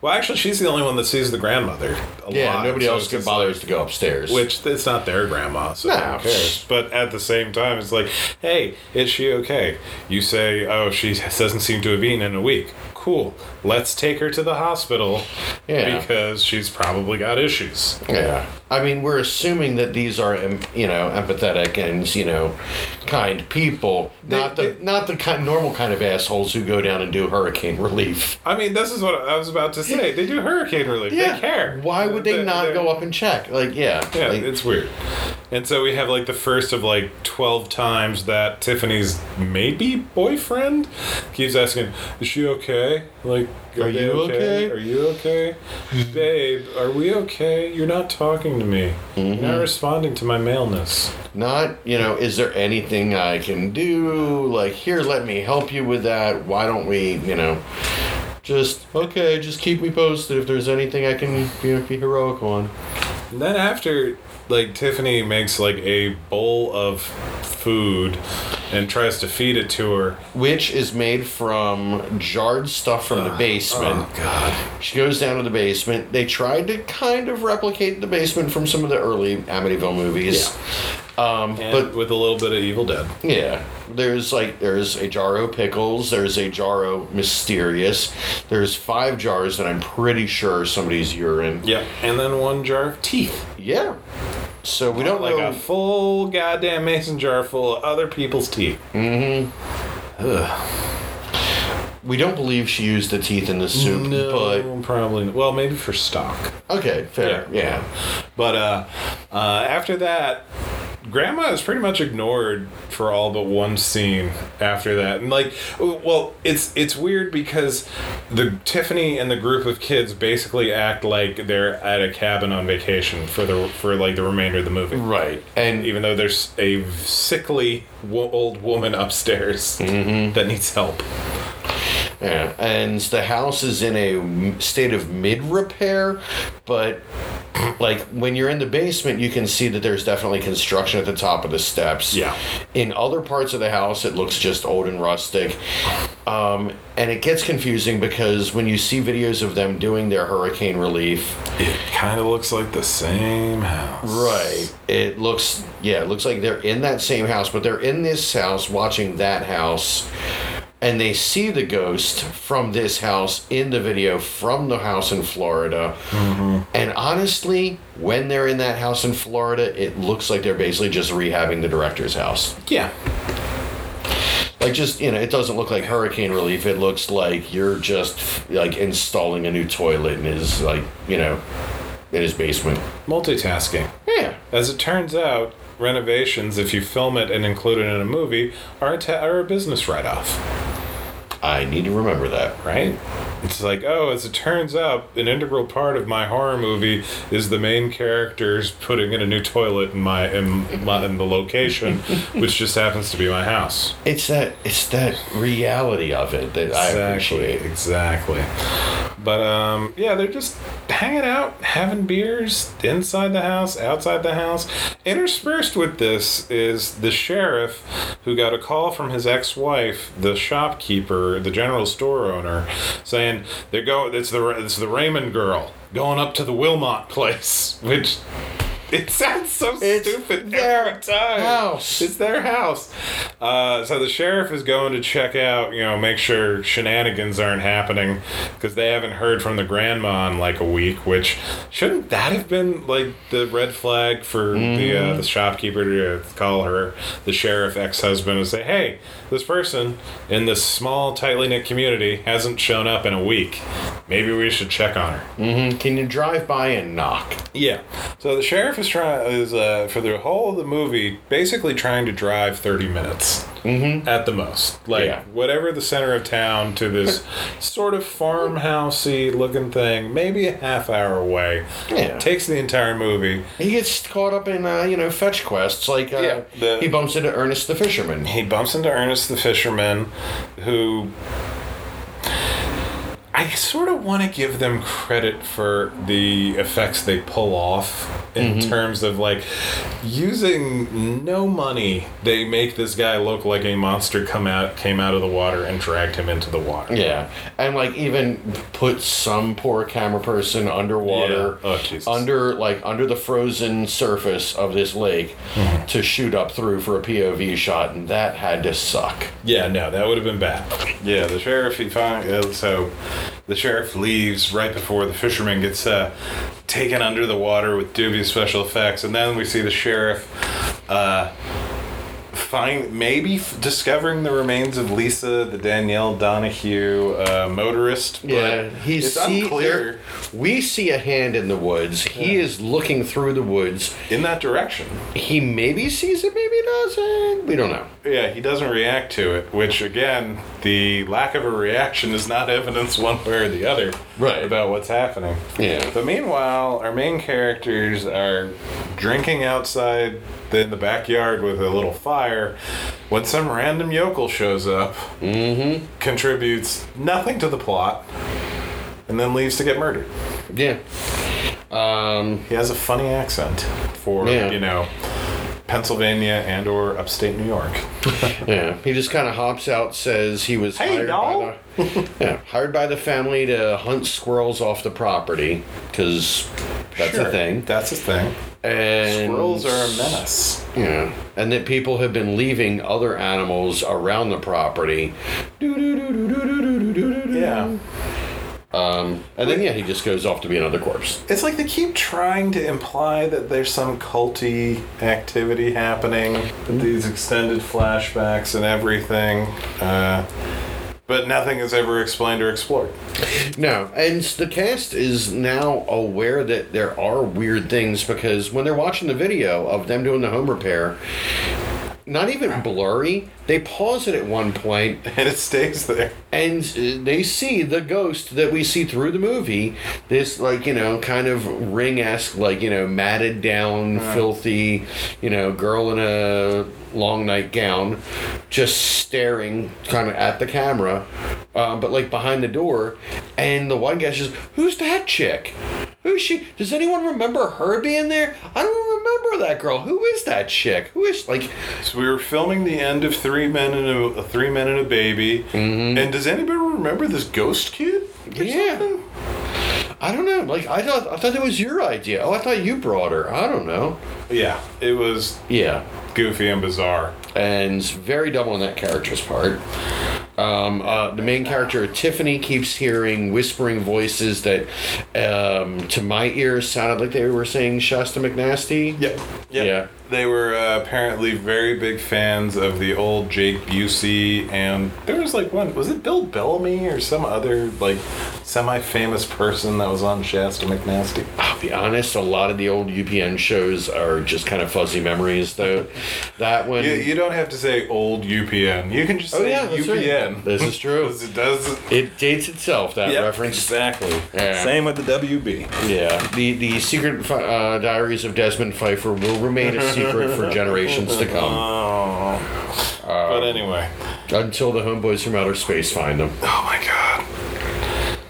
well, actually, she's the only one that sees the grandmother. A
Yeah,
lot,
nobody
so
else
it's
could
just
bother us to go upstairs.
which it's not their grandma, so
No.
who cares? But at the same time, it's like, hey, is she okay? You say, oh, she doesn't seem to have eaten in a week. cool. Let's take her to the hospital
Yeah.
because she's probably got issues.
Yeah. I mean, we're assuming that these are, em- you know, empathetic and you know, kind people, not the not the kind normal kind of assholes who go down and do hurricane relief.
I mean, this is what I was about to say. They do hurricane relief. They care.
Why would they not
they're-
go up and check? Like, yeah,
Yeah,
like,
it's weird. And so we have like the first of like 12 times that Tiffany's maybe boyfriend keeps asking, Is she okay? Like, are, they
you okay?
Are you okay? Babe, are we okay? You're not talking to me.
Mm-hmm.
You're not responding to my maleness.
not you know, is there anything I can do? Like, here, let me help you with that. Why don't we, you know? Just okay. Just keep me posted if there's anything I can you know, be heroic on.
And then after, like, Tiffany makes like a bowl of food and tries to feed it to her.
which is made from jarred stuff from the basement. Oh, God. She goes down to the basement. They tried to kind of replicate the basement from some of the early Amityville movies. Um,
But
but
with a little bit of Evil Dead.
yeah, there's like there's a jar of pickles, there's a jar of mysterious, there's five jars that I'm pretty sure are somebody's urine.
Yeah. And then one jar of teeth.
Yeah. So we don't
like
know.
a full goddamn mason jar full of other people's teeth.
we don't believe she used the teeth in the soup,
probably. Well, maybe for stock.
but okay, fair. Yeah.
But uh, uh, after that, Grandma is pretty much ignored for all but one scene after that, and like, well, it's it's weird because the Tiffany and the group of kids basically act like they're at a cabin on vacation for the for like the remainder of the movie.
Right. And
Even though there's a sickly wo- old woman upstairs that needs help.
Yeah, and the house is in a m- state of mid repair, but like when you're in the basement, you can see that there's definitely construction at the top of the steps.
Yeah.
In other parts of the house, it looks just old and rustic. Um, and it gets confusing because when you see videos of them doing their hurricane relief,
It kind of looks like the same house.
Right. It looks yeah, it looks like they're in that same house, but they're in this house watching that house. And they see the ghost from this house in the video from the house in Florida. And honestly, when they're in that house in Florida, it looks like they're basically just rehabbing the director's house.
Yeah.
Like, just, you know, it doesn't look like hurricane relief. It looks like you're just, like, installing a new toilet in his, like, you know, in his basement.
Multitasking.
Yeah.
As it turns out, renovations, if you film it and include it in a movie, are a, ta- are a business write off,
I need to remember that.
right? It's like, oh, as it turns out, an integral part of my horror movie is the main characters putting in a new toilet in my in, my, in the location, which just happens to be my house.
It's that it's that reality of it that I appreciate.
Exactly. But um, yeah, they're just hanging out, having beers inside the house, outside the house. Interspersed with this is the sheriff who got a call from his ex-wife, the shopkeeper, the general store owner, saying they're going. It's the it's the Raymond girl going up to the Wilmot place, which. It sounds so
It's
stupid
their
every time.
house.
It's their house. Uh, so the sheriff is going to check out, you know, make sure shenanigans aren't happening because they haven't heard from the grandma in like a week. Which shouldn't that have been like the red flag for the
Mm-hmm.
uh, the shopkeeper to call her the sheriff ex husband and say, "Hey, this person in this small, tightly knit community hasn't shown up in a week. Maybe we should check on her."
Can you drive by and knock?
Yeah. So the sheriff is trying is uh, for the whole of the movie basically trying to drive thirty minutes mm-hmm. at the most, like
Yeah.
whatever the center of town to this sort of farmhousey looking thing, maybe a half hour away.
Yeah.
Takes the entire movie.
He gets caught up in uh, you know fetch quests like uh,
Yeah, the-
he bumps into Ernest the fisherman.
He bumps into Ernest the fisherman, who I sort of want to give them credit for the effects they pull off in terms of like using no money. They make this guy look like a monster come out came out of the water and dragged him into the water.
Yeah, and like even put some poor camera person underwater,
Yeah. Oh, Jesus.
under like under the frozen surface of this lake,
Mm-hmm.
to shoot up through for a POV shot, and that had to suck.
Yeah, no, that would have been bad. Yeah, the sheriff he finds uh, so the sheriff leaves right before the fisherman gets uh, taken under the water with dubious special effects, and then we see the sheriff. Uh, Find maybe f- discovering the remains of Lisa, the Danielle Donahue uh, motorist. But
Yeah, he's
it's
see,
unclear
there- We see a hand in the woods. He is looking through the woods.
in that direction.
He maybe sees it, maybe doesn't. We don't know.
Yeah, he doesn't react to it, which again, the lack of a reaction is not evidence one way or the other
Right.
about what's happening.
Yeah.
But meanwhile, our main characters are drinking outside in the backyard with a little fire when some random yokel shows up, mm-hmm. contributes nothing to the plot, and then leaves to get murdered.
Yeah. Um,
He has a funny accent for,
Yeah.
you know, Pennsylvania and or upstate New York.
yeah. He just kind of hops out, says he was
Hey,
hired
y'all.
by the yeah, hired by the family to hunt squirrels off the property because that's
Sure,
a thing.
That's a thing.
And
Squirrels are a menace.
Yeah, and that people have been leaving other animals around the property.
Yeah.
And then yeah, he just goes off to be another corpse.
It's like they keep trying to imply that there's some culty activity happening, these extended flashbacks and everything. Uh, but nothing is ever explained or explored.
No, and s- the cast is now aware that there are weird things because when they're watching the video of them doing the home repair, not even blurry, they pause it at one point
And it stays there.
and uh, they see the ghost that we see through the movie this like you know kind of ring-esque like you know matted down filthy you know girl in a long night gown just staring kind of at the camera uh, but like behind the door and the one guy says who's that chick who's she does anyone remember her being there i don't remember that girl who is that chick who is like
So we were filming the end of Three Men and a, a Three Men and a Baby. And does anybody remember this ghost kid? or
Yeah.
something?
i don't know like i thought i thought it was your idea oh i thought you brought her i don't know
Yeah. It was
Yeah,
goofy and bizarre.
and it's very double on that character's part. Um, uh, the main character Tiffany keeps hearing whispering voices that, um, to my ears, sounded like they were saying Shasta McNasty.
Yep.
Yeah.
They were uh, apparently very big fans of the old Jake Busey, and there was like one, was it Bill Bellamy or some other like semi famous person that was on Shasta McNasty?
I'll be honest, a lot of the old UPN shows are just kind of fuzzy memories, though. That one.
You, you don't have to say old UPN. You can just
oh
say
yeah, that's right.
UPN.
This is true.
'Cause it does.
it dates itself. That
Yep,
reference.
Exactly.
Yeah.
Same with the WB.
Yeah, the the secret fi- uh, diaries of Desmond Pfeiffer will remain a secret for generations to come
Oh. but anyway.
until the homeboys from outer space find them.
Oh my god.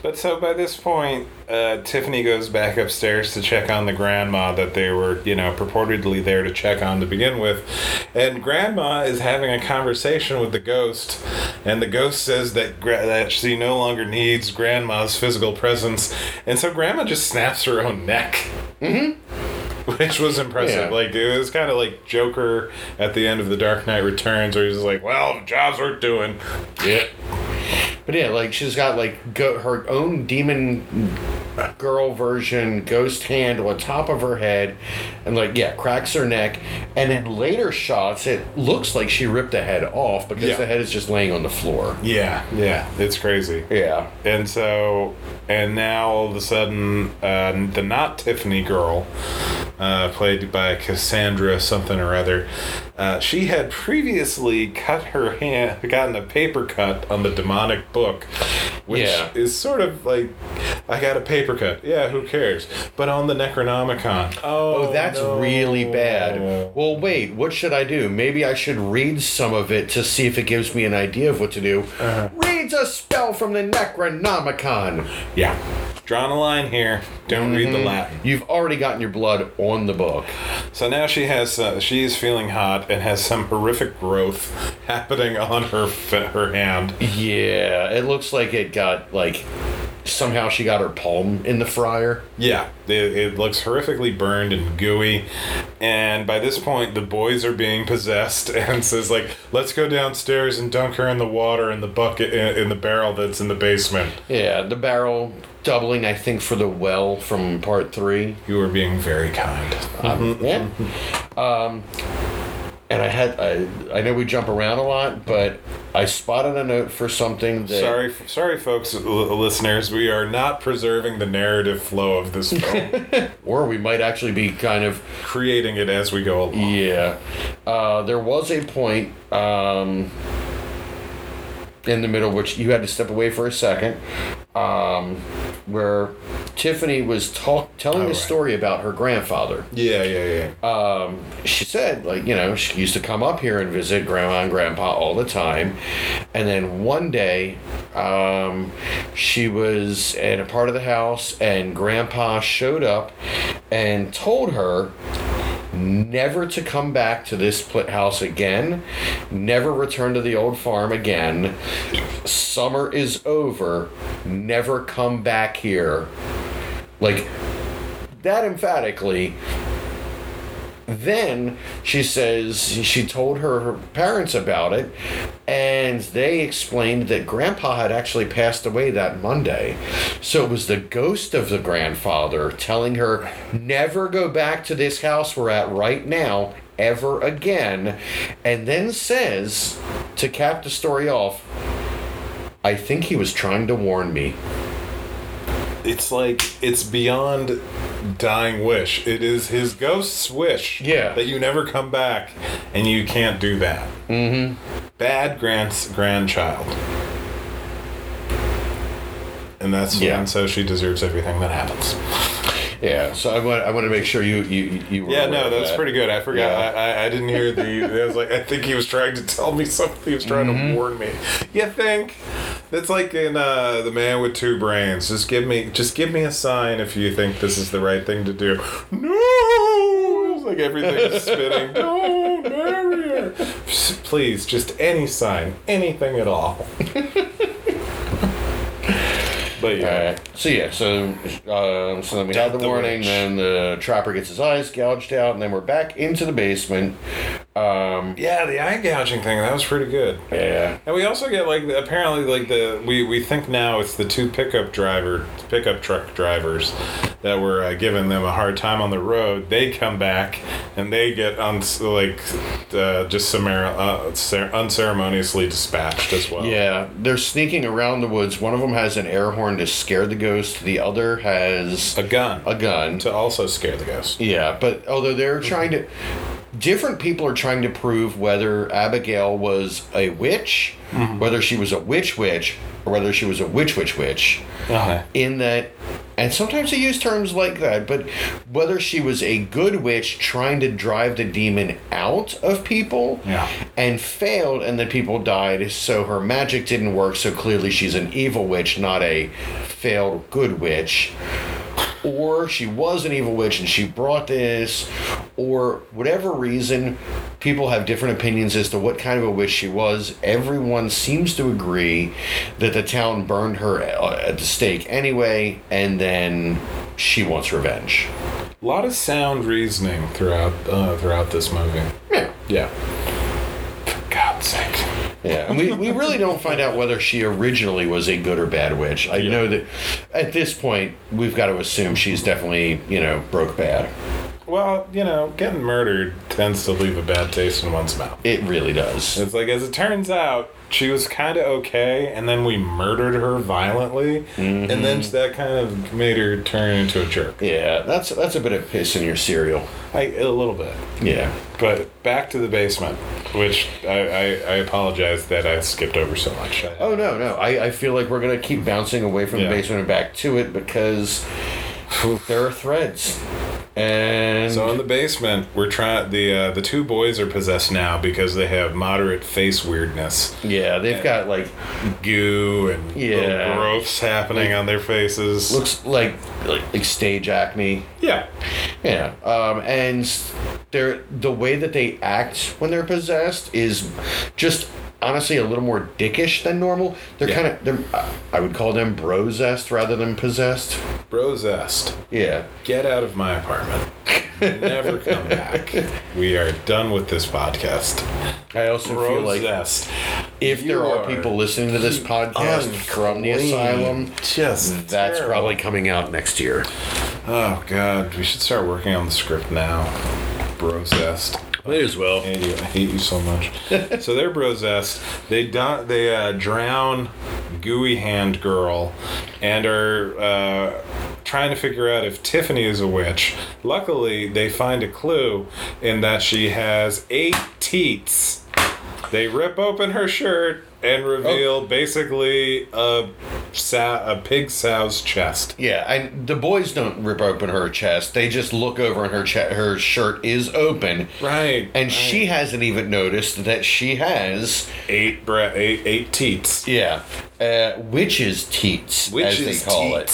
But so by this point, uh, Tiffany goes back upstairs to check on the grandma that they were, you know, purportedly there to check on to begin with. And grandma is having a conversation with the ghost, and the ghost says that gra- that she no longer needs grandma's physical presence, and so grandma just snaps her own neck. Mm-hmm. Which was impressive.
Yeah.
Like it was kind of like Joker at the end of The Dark Knight Returns, where he's just like, "Well, jobs worth doing."
Yeah. But yeah, like she's got like go- her own demon girl version ghost hand on top of her head, and like yeah, cracks her neck, and in later shots it looks like she ripped the head off because
Yeah.
the head is just laying on the floor.
Yeah, yeah, it's crazy.
Yeah.
And so, and now all of a sudden, uh, the not Tiffany girl, uh, played by Cassandra something or other, uh, she had previously cut her hand, gotten a paper cut on the demonic book, which
Yeah.
is sort of like, I got a paper cut. Yeah, who cares? But on the Necronomicon. Oh,
Oh, that's
no.
really bad. Well, wait, what should I do? Maybe I should read some of it to see if it gives me an idea of what to do. Read reads a spell from the Necronomicon.
Yeah. Drawing a line here. Don't read the
Mm-hmm.
Latin.
You've already gotten your blood on the book.
So now she has uh, she is feeling hot and has some horrific growth happening on her fa- her hand.
Yeah, it looks like it got like somehow she got her palm in the fryer.
Yeah, it, it looks horrifically burned and gooey. And by this point, the boys are being possessed and says like, "Let's go downstairs and dunk her in the water in the bucket in, in the barrel that's in the basement."
Yeah, the barrel doubling, I think, for the well from part three.
You are being very kind.
Yeah. Um, and I had I, I know we jump around a lot, but I spotted a note for something that
Sorry, sorry, folks, l- listeners. We are not preserving the narrative flow of this film,
or we might actually be kind of
creating it as we go along.
Yeah. Uh, there was a point um, in the middle which you had to step away for a second um, where Tiffany was talk- telling a
Oh, right.
story about her grandfather.
Yeah, yeah, yeah.
Um, she said, like, you know, she used to come up here and visit grandma and grandpa all the time. And then one day, um, she was in a part of the house, and grandpa showed up and told her never to come back to this pl- house again, never return to the old farm again. Summer is over, never come back here. Like, that emphatically. Then she says she told her, her parents about it, and they explained that grandpa had actually passed away that Monday. So it was the ghost of the grandfather telling her, never go back to this house we're at right now, ever again. And then says, to cap the story off, I think he was trying to warn me.
It's like it's beyond dying wish. It is his ghost's wish.
Yeah.
That you never come back, and you can't do that. Mm-hmm. Bad grand's grandchild. And that's
Yeah.
and so she deserves everything that happens.
Yeah, so I want, I want to make sure you you, you were
Yeah,
aware
no,
of
that's
that.
pretty good. I forgot.
Yeah.
I, I, I didn't hear the. I was like, I think he was trying to tell me something. He was trying
Mm-hmm.
to warn me. You think? That's like in uh, the Man with Two Brains. Just give me, just give me a sign if you think this is the right thing to do. No, it's like everything is spinning. No, marry her. Just- Please, just any sign, anything at all. but yeah.
Alright. Uh, So yeah, so um, so then we had the,
the
warning,
witch.
then the trapper gets his eyes gouged out, and then we're back into the basement. Um,
Yeah, the eye gouging thing, that was pretty good.
yeah.
And we also get like apparently like the we, we think now it's the two pickup driver pickup truck drivers that were uh, giving them a hard time on the road. They come back and they get uns like uh, just summar- uh, cer- unceremoniously dispatched as well.
Yeah, they're sneaking around the woods. One of them has an air horn to scare the ghost. The other has
a gun
a gun.
to also scare the ghost.
Yeah, but although they're trying to, different people are trying to prove whether Abigail was a witch, whether she was a witch witch, or whether she was a witch witch witch. in that and sometimes they use terms like that but whether she was a good witch trying to drive the demon out of people
Yeah.
and failed and the people died so her magic didn't work so clearly she's an evil witch not a failed good witch or she was an evil witch and she brought this or whatever reason people have different opinions as to what kind of a witch she was everyone seems to agree that the town burned her uh, at the stake anyway and then she wants revenge
A lot of sound reasoning throughout uh, throughout this movie.
yeah
Yeah. For God's sake.
yeah and we, we really don't find out whether she originally was a good or bad witch i know that at this point we've got to assume she's definitely you know broke bad
Well, you know, getting murdered tends to leave a bad taste in one's mouth.
it really does
It's like, as it turns out, she was kind of okay, and then we murdered her violently, and
Mm-hmm.
then that kind of made her turn into a jerk.
yeah that's that's a bit of piss in your cereal
I, a little bit.
yeah
But back to the basement, which I, I, I apologize that I skipped over so much. I-
Oh no, no. I, I feel like we're gonna keep bouncing away from
Yeah.
the basement and back to it because there are threads. And
So in the basement, we're trying. The uh, the two boys are possessed now because they have moderate face weirdness,
yeah, they've got like
goo and little
Yeah.
growths happening on their faces.
looks like like, like stage acne.
yeah,
Yeah. Um, and s- they're the way that they act when they're possessed is just honestly a little more dickish than normal. They're
Yeah.
kind of they're I- I would call them brozest rather than possessed.
bro zest.
Yeah.
Get out of my apartment. Never come back. We are done with this podcast.
I also
Bro
feel like
zest.
if
You
there are,
are
people listening to this podcast from the asylum,
Just
that's
terrible.
probably
Probably coming out next year.
Oh god, we should start working on the script now. Bro zest.
May as well.
hate you. I hate you so much. so they're brozest. They don- they uh, drown gooey hand girl, and are uh, trying to figure out if Tiffany is a witch. Luckily, they find a clue in that she has eight teats. They rip open her shirt and
Oh.
reveal basically a sow- a pig sow's chest.
Yeah, and the boys don't rip open her chest. They just look over and her che- her shirt is open.
Right.
And she hasn't even noticed that she has,
eight bre- eight, eight teats.
yeah, uh, witches' teats, as they call it.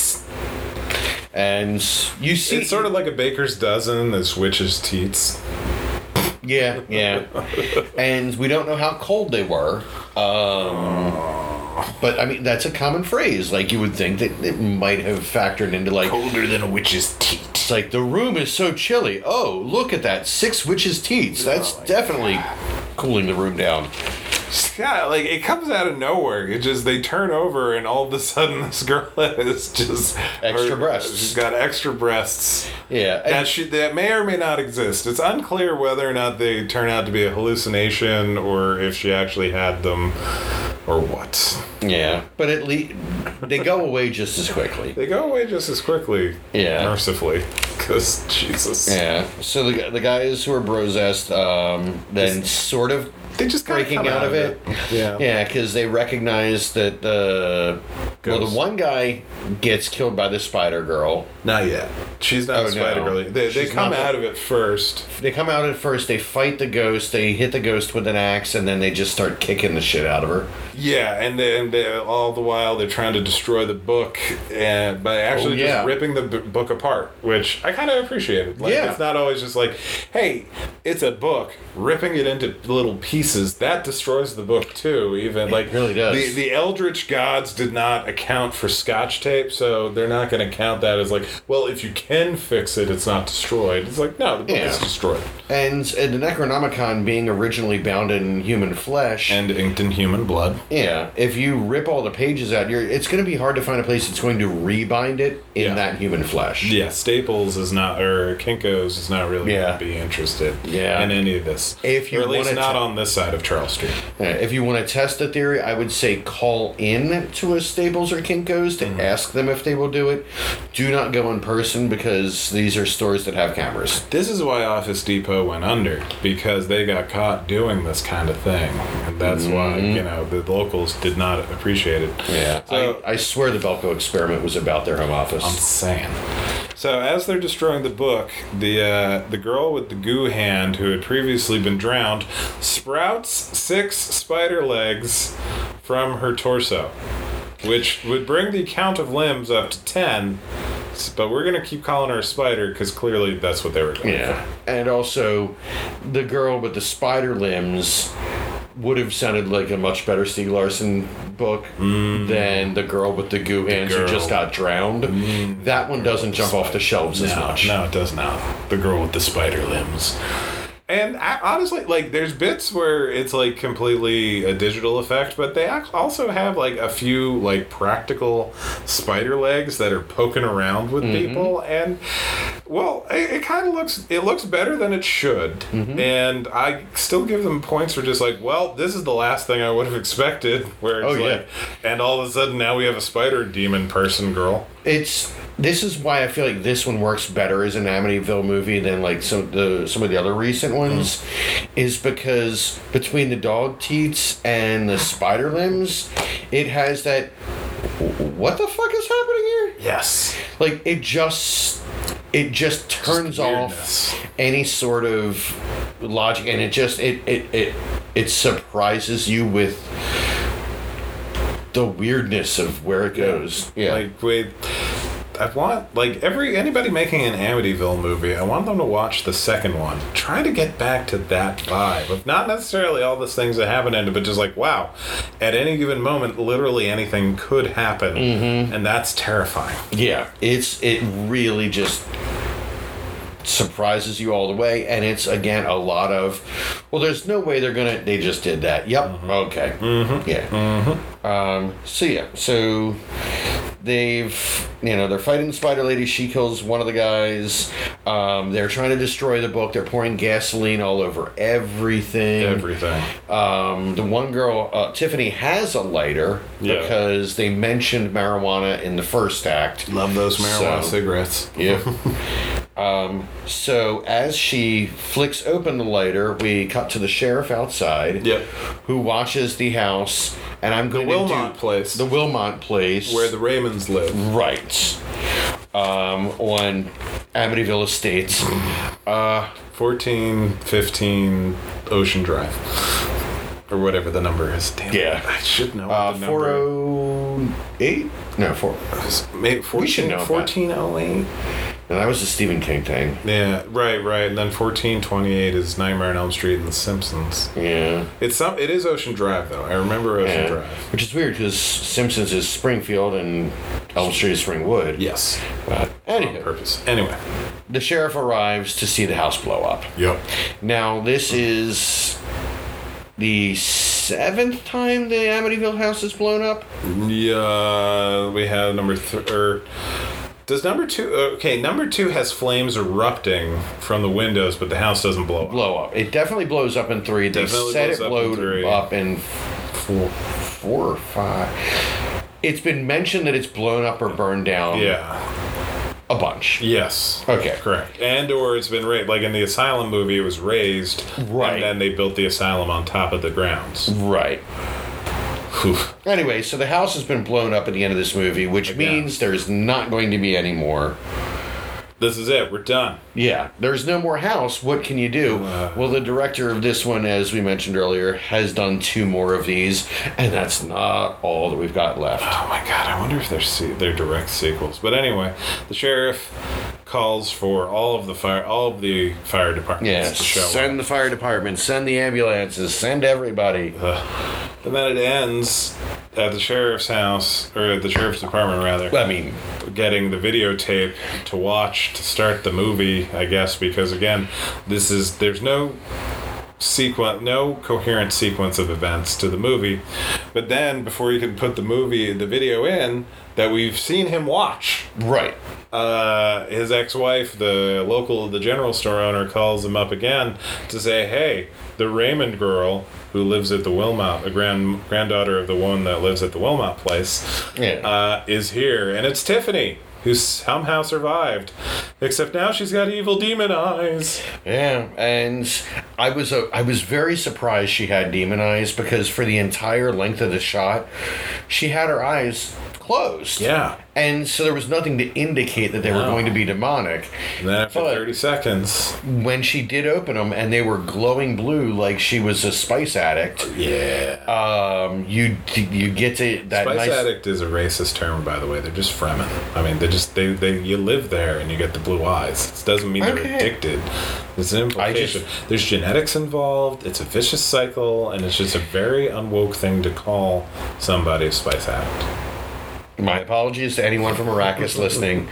And s- you see,
It's sort of like a baker's dozen that's witches' teats.
yeah, yeah. and we don't know how cold they were. Um, but I mean, that's a common phrase. Like you would think that it might have factored into like
Older than a witch's teat.
It's like the room is so chilly. Oh, look at that. Six witches' teats. That's definitely cooling the room down.
Yeah, like it comes out of nowhere. It just they turn over and all of a sudden this girl is just
Extra breasts.
She's got extra breasts.
Yeah.
That
And,
she that may or may not exist. It's unclear whether or not they turn out to be a hallucination or if she actually had them or what.
yeah. But at least they go away just as quickly.
They go away just as quickly.
Yeah.
Mercifully. Because Jesus.
Yeah. So the, the guys who are brozessed um, then sort of
They just kinda
breaking
come
out of it.
Yeah.
Yeah, because they recognize that the well, the
Ghost.
one guy gets killed by the spider girl.
Not yet. She's not
Oh,
a spider
no.
girl. They, they
She's
come
not-
out of it first.
They come out at first. They fight the ghost. They hit the ghost with an axe, and then they just start kicking the shit out of her.
Yeah, and then they, all the while they're trying to destroy the book, and by actually
Oh, yeah.
just ripping the b- book apart, which I kind of appreciated. Like,
Yeah.
it's not always just like, hey, it's a book, ripping it into little pieces that destroys the book too. Even like
really does.
The the Eldritch gods did not account for Scotch tape, so they're not going to count that as like, well, if you can fix it, it's not destroyed. It's like no, the book
Yeah.
is destroyed
And, and the Necronomicon being originally bound in human flesh,
and inked in human blood.
yeah, if you rip all the pages out, you're it's going to be hard to find a place that's going to rebind it in
Yeah.
that human flesh.
Yeah, Staples is not, or Kinko's is not really
Yeah.
going to be interested
Yeah.
in any of this.
If you
or at least
wanted
not
to-
on this side of Charles Street.
Uh, If you want to test the theory, I would say call in to a Staples or Kinko's to
Mm-hmm.
ask them if they will do it. Do not go in person because these are stores that have cameras.
This is why Office Depot went under, because they got caught doing this kind of thing. And that's why, you know, the locals did not appreciate it.
Mm-hmm. Yeah,
So-
I, I swear the Belko experiment was about their home office.
I'm saying. So as they're destroying the book, the uh, the girl with the goo hand who had previously been drowned sprouts six spider legs from her torso, which would bring the count of limbs up to ten. S- But we're gonna keep calling her a spider because clearly that's what they were doing.
Yeah. And also, the girl with the spider limbs would have sounded like a much better Steve Larson book than the girl with the goo hands who
Mm. girl. Mm.
just got drowned. That one doesn't jump off the shelves as much.
No, it does not. The girl with the spider limbs. And I, honestly, like, there's bits where it's like completely a digital effect, but they ac- also have like a few like practical spider legs that are poking around with
Mm-hmm.
people, and well, it, it kind of looks it looks better than it should.
Mm-hmm.
And I still give them points for just like, well, this is the last thing I would have expected. Where it's
Oh, yeah.
like, and all of a sudden now we have a spider demon person girl.
It's this is why I feel like this one works better as an Amityville movie than like some the some of the other recent ones, is because between the dog teats and the spider limbs, it has that. What the fuck is happening here?
Yes.
Like it just it just turns
weirdness.
off any sort of logic and it just it it it, it surprises you with the weirdness of where it goes. Yeah.
Like with I want like every anybody making an Amityville movie, I want them to watch the second one. Try to get back to that vibe. Of not necessarily all the things that happen in it, but just like wow, at any given moment, literally anything could happen,
Mm-hmm.
and that's terrifying.
yeah, it's it really just surprises you all the way and it's again a lot of well there's no way they're gonna they just did that yep okay yeah um so yeah so they've you know they're fighting the spider lady she kills one of the guys um they're trying to destroy the book they're pouring gasoline all over everything
Everything.
um, the one girl, uh, Tiffany, has a lighter
Yeah.
because they mentioned marijuana in the first act.
Love those marijuana
So-
cigarettes.
Yeah. um, so as she flicks open the lighter, we cut to the sheriff outside.
Yep.
Who watches the house? And I'm going
Wilmot
to do
place.
The Mm-hmm. Wilmot place.
Where the Raymonds live.
right. Um, on Amityville Estates.
14, 15 Ocean Drive. Or whatever the number is. Damn it,
Yeah.
I should know.
Uh,
the
four
number.
oh eight? No, four.
Maybe 14,
should know about-
1408.
No, that was the Stephen King thing.
Yeah, right, right. And then fourteen twenty eight is Nightmare on Elm Street and The Simpsons.
Yeah.
It's some. It is Ocean Drive though. I remember Ocean
Yeah.
Drive.
Which is weird because Simpsons is Springfield and Elm Street is Springwood.
Yes.
But
On
anywho,
purpose. Anyway.
the sheriff arrives to see the house blow up.
Yep.
Now, this is the seventh time the Amityville house is blown up.
Yeah. We have number three. Or does number two? Okay, number two has flames erupting from the windows, but the house doesn't blow up.
Blow up. It definitely blows up in three. They
Definitely
said
blows
it
up in
blowed
three.
up in four, four or five. It's been mentioned that it's blown up or burned down
Yeah.
a bunch.
Yes.
Okay.
Correct. And or it's been raised. Like in the Asylum movie, it was raised.
Right.
And then they built the asylum on top of the grounds.
Right.
Whew.
Anyway, so the house has been blown up at the end of this movie, which means there's not going to be any more.
This is it. We're done.
Yeah, there's no more house. What can you do?
Uh.
well, the director of this one, as we mentioned earlier, has done two more of these, and that's not all that we've got left.
Oh my god, I wonder if they're se- they're direct sequels. But anyway, the sheriff calls for all of the fire all of the fire departments
Yeah,
to show up.
send the fire department, send the ambulances, send everybody.
Uh. And then it ends at the sheriff's house or at the sheriff's department rather,
I mean,
getting the videotape to watch to start the movie, I guess because again, this is there's no sequence no coherent sequence of events to the movie. But then before you can put the movie the video in that we've seen him watch
right.
uh, his ex-wife, the local, the general store owner, calls him up again to say, "Hey, the Raymond girl who lives at the Wilmot, the grand granddaughter of the one that lives at the Wilmot place,
Yeah.
uh, is here, and it's Tiffany." Who somehow survived, except now she's got evil demon eyes.
Yeah, and I was uh, I was very surprised she had demon eyes because for the entire length of the shot, she had her eyes closed.
Yeah.
and so there was nothing to indicate that they were going to be demonic.
And then after
But-
thirty seconds,
When she did open them and they were glowing blue, like she was a spice addict,
yeah,
um, you you get to that
spice
nice.
addict is a racist term, by the way. They're just fremen. I mean, they just they, they you live there and you get the blue eyes. It doesn't mean
Okay.
they're addicted. It's an
I just-
implication. There's genetics involved. It's a vicious cycle, and it's just a very unwoke thing to call somebody a spice addict.
My apologies to anyone from Arrakis listening,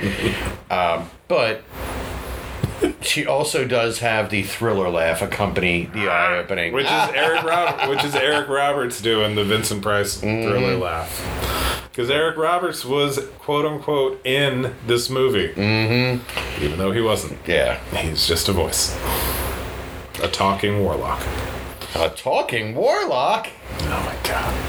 um, but. She also does have the thriller laugh accompany the eye opening.
Which is Eric Rob- which is Eric Roberts doing the Vincent Price thriller
Mm-hmm.
laugh. Because Eric Roberts was quote unquote in this movie, mm-hmm. even though he wasn't.
Yeah.
He's just a voice, a talking warlock.
A Uh, talking warlock?
Oh my god.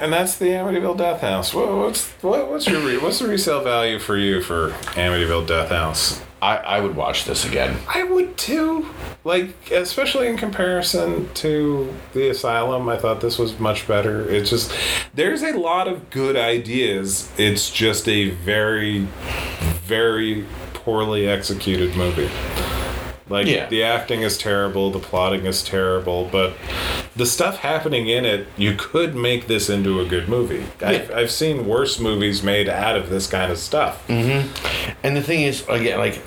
and that's the Amityville Death House. What, what's what, what's your re- what's the resale value for you for Amityville Death House?
I, I would watch this again.
I would too. Like especially in comparison to the Asylum, I thought this was much better. It's just there's a lot of good ideas. It's just a very very poorly executed movie. Like
Yeah.
the acting is terrible, the plotting is terrible, but the stuff happening in it, you could make this into a good movie. I've, I've seen worse movies made out of this kind of stuff.
Mm-hmm. And the thing is, again, like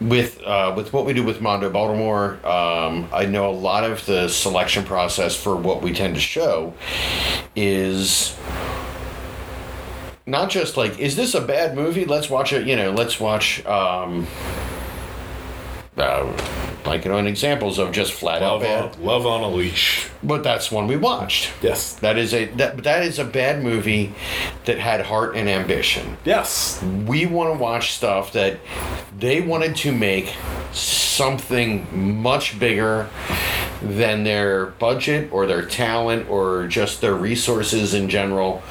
with uh, with what we do with Mondo Baltimore, um, I know a lot of the selection process for what we tend to show is not just like, is this a bad movie? Let's watch it. You know, let's watch. Um, uh, like you know, examples of just flat out
Love
bad,
on, Love on a Leash.
but that's one we watched.
Yes.
That is a that that is a bad movie that had heart and ambition
Yes.
we want to watch stuff that they wanted to make something much bigger than their budget or their talent or just their resources in general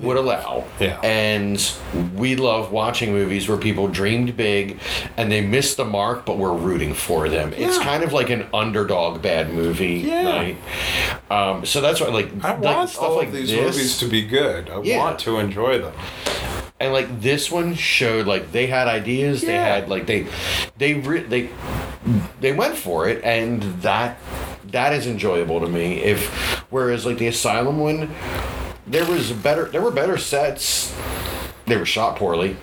would allow.
Yeah.
And we love watching movies where people dreamed big and they missed the mark, but we're rooting for them. It's
Yeah.
kind of like an underdog bad movie
Yeah.
night. Um, so that's why, like,
I
like,
want all of these movies to be good. I
Yeah.
want to enjoy them.
and like this one showed like they had ideas they
Yeah.
had like they they re- they they went for it and that that is enjoyable to me if whereas like the asylum one there was better there were better sets they were shot poorly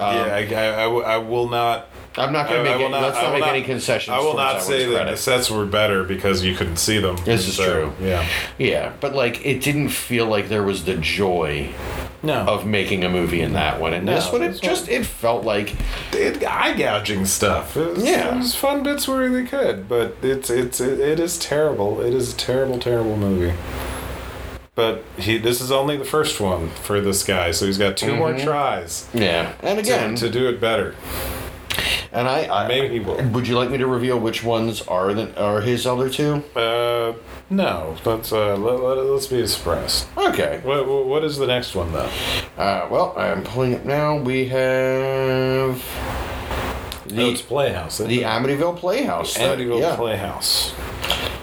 yeah, I, I- I w- I will not.
i'm not
I,
gonna
I
Um, make
will
any,
not.
let's
I
not
will
make
not-
any concessions
I will
towards
not
that
say
one's
that
credit.
the sets were better because you couldn't see them.
This is true.
Yeah.
yeah but like it didn't feel like there was the joy
No.
of making a movie in that one and this
No,
one it
this one-
just it felt like
it, eye gouging stuff. It was,
Yeah.
it was fun bits where they could, but it's it's it, it is terrible. It is a terrible, terrible movie. But he, this is only the first one for this guy, so he's got 2 more tries
Mm-hmm. yeah and
to,
again
to do it better.
and i, I
Maybe he will.
Would you like me to reveal which ones are the, are his other two?
Uh, no, let's uh, let, let, let's be surprised.
Okay.
What what what is the next one though?
Uh, well, I'm pulling it now. We have
Oh, it's
the
Playhouse. isn't
the
it?
Amityville Playhouse. That-
Amityville
yeah.
Playhouse.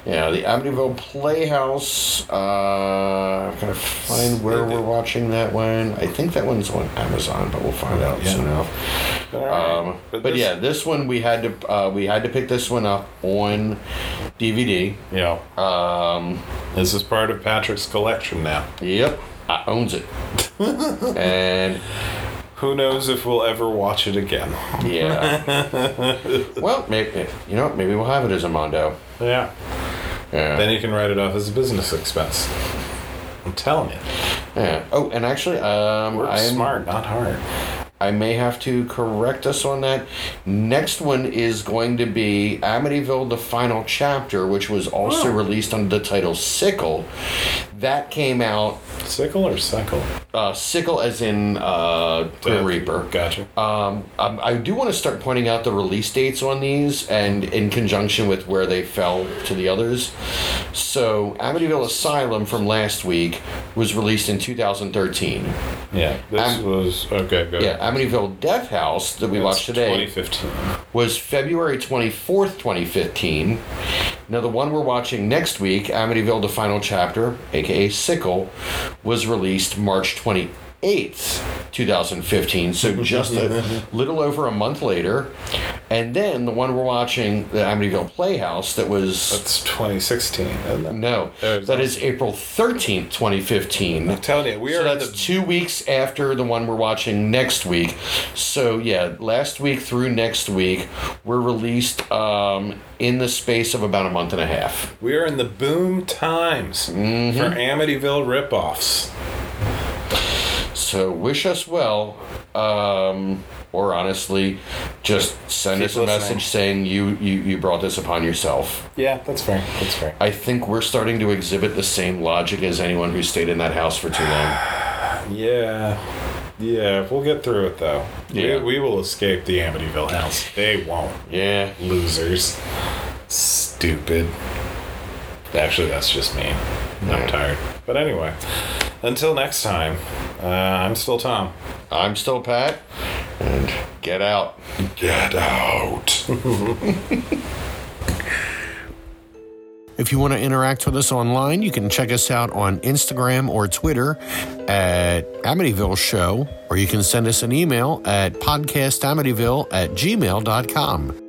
Yeah, the Amityville Playhouse. Uh, I'm gonna find where we're watching that one. I think that one's on Amazon, but we'll find out soon enough. Um, but
this-
yeah, this one we had to uh, we had to pick this one up on DVD.
yeah. Um, this is part of Patrick's collection now.
Yep, I owns it. and
Who knows if we'll ever watch it again?
Yeah. well, maybe you know what, maybe we'll have it as a mondo.
Yeah.
Yeah.
Then you can write it off as a business expense. I'm telling you.
yeah. Oh, and actually, um,
Work
I
smart, not hard.
I may have to correct us on that. Next one is going to be Amityville: The Final Chapter, which was
Oh.
also released under the title Sickle. That came out
Sickle or sickle?
uh, Sickle, as in uh, the Reaper.
Gotcha.
Um, um, I do want to start pointing out the release dates on these and in conjunction with where they fell to the others. So, Amityville Asylum from last week was released in 2013.
yeah. This
I'm-
was okay. Good.
Yeah, Amityville Death House that we watched today
2015.
was February 24th, 2015. Now, the one we're watching next week, Amityville The Final Chapter, aka Sickle, was released March 28th, 2015. So just a little over a month later. And then the one we're watching, the Amityville Playhouse, that was.
That's 2016. isn't it?
No,
There's-
that is April 13th, 2015.
I'm telling you, we
So
are in
that's
the
two weeks after the one we're watching next week. So yeah, last week through next week, we're released um, in the space of about a month and a half.
we are in the boom times for Amityville ripoffs.
So wish us well, um, or honestly, just send
Keep
us a
listening.
message saying you, you you brought this upon yourself.
Yeah, that's fair. That's fair.
I think we're starting to exhibit the same logic as anyone who stayed in that house for too long.
Yeah. Yeah, we'll get through it though.
Yeah.
We, we will escape the Amityville house. They won't.
Yeah,
Losers. Stupid. Actually, that's just me. I'm tired. But anyway, until next time, uh, I'm still Tom.
I'm still Pat, and get out.
Get out.
If you want to interact with us online, you can check us out on Instagram or Twitter at Amityville Show, or you can send us an email at podcastamityville at gmail.com.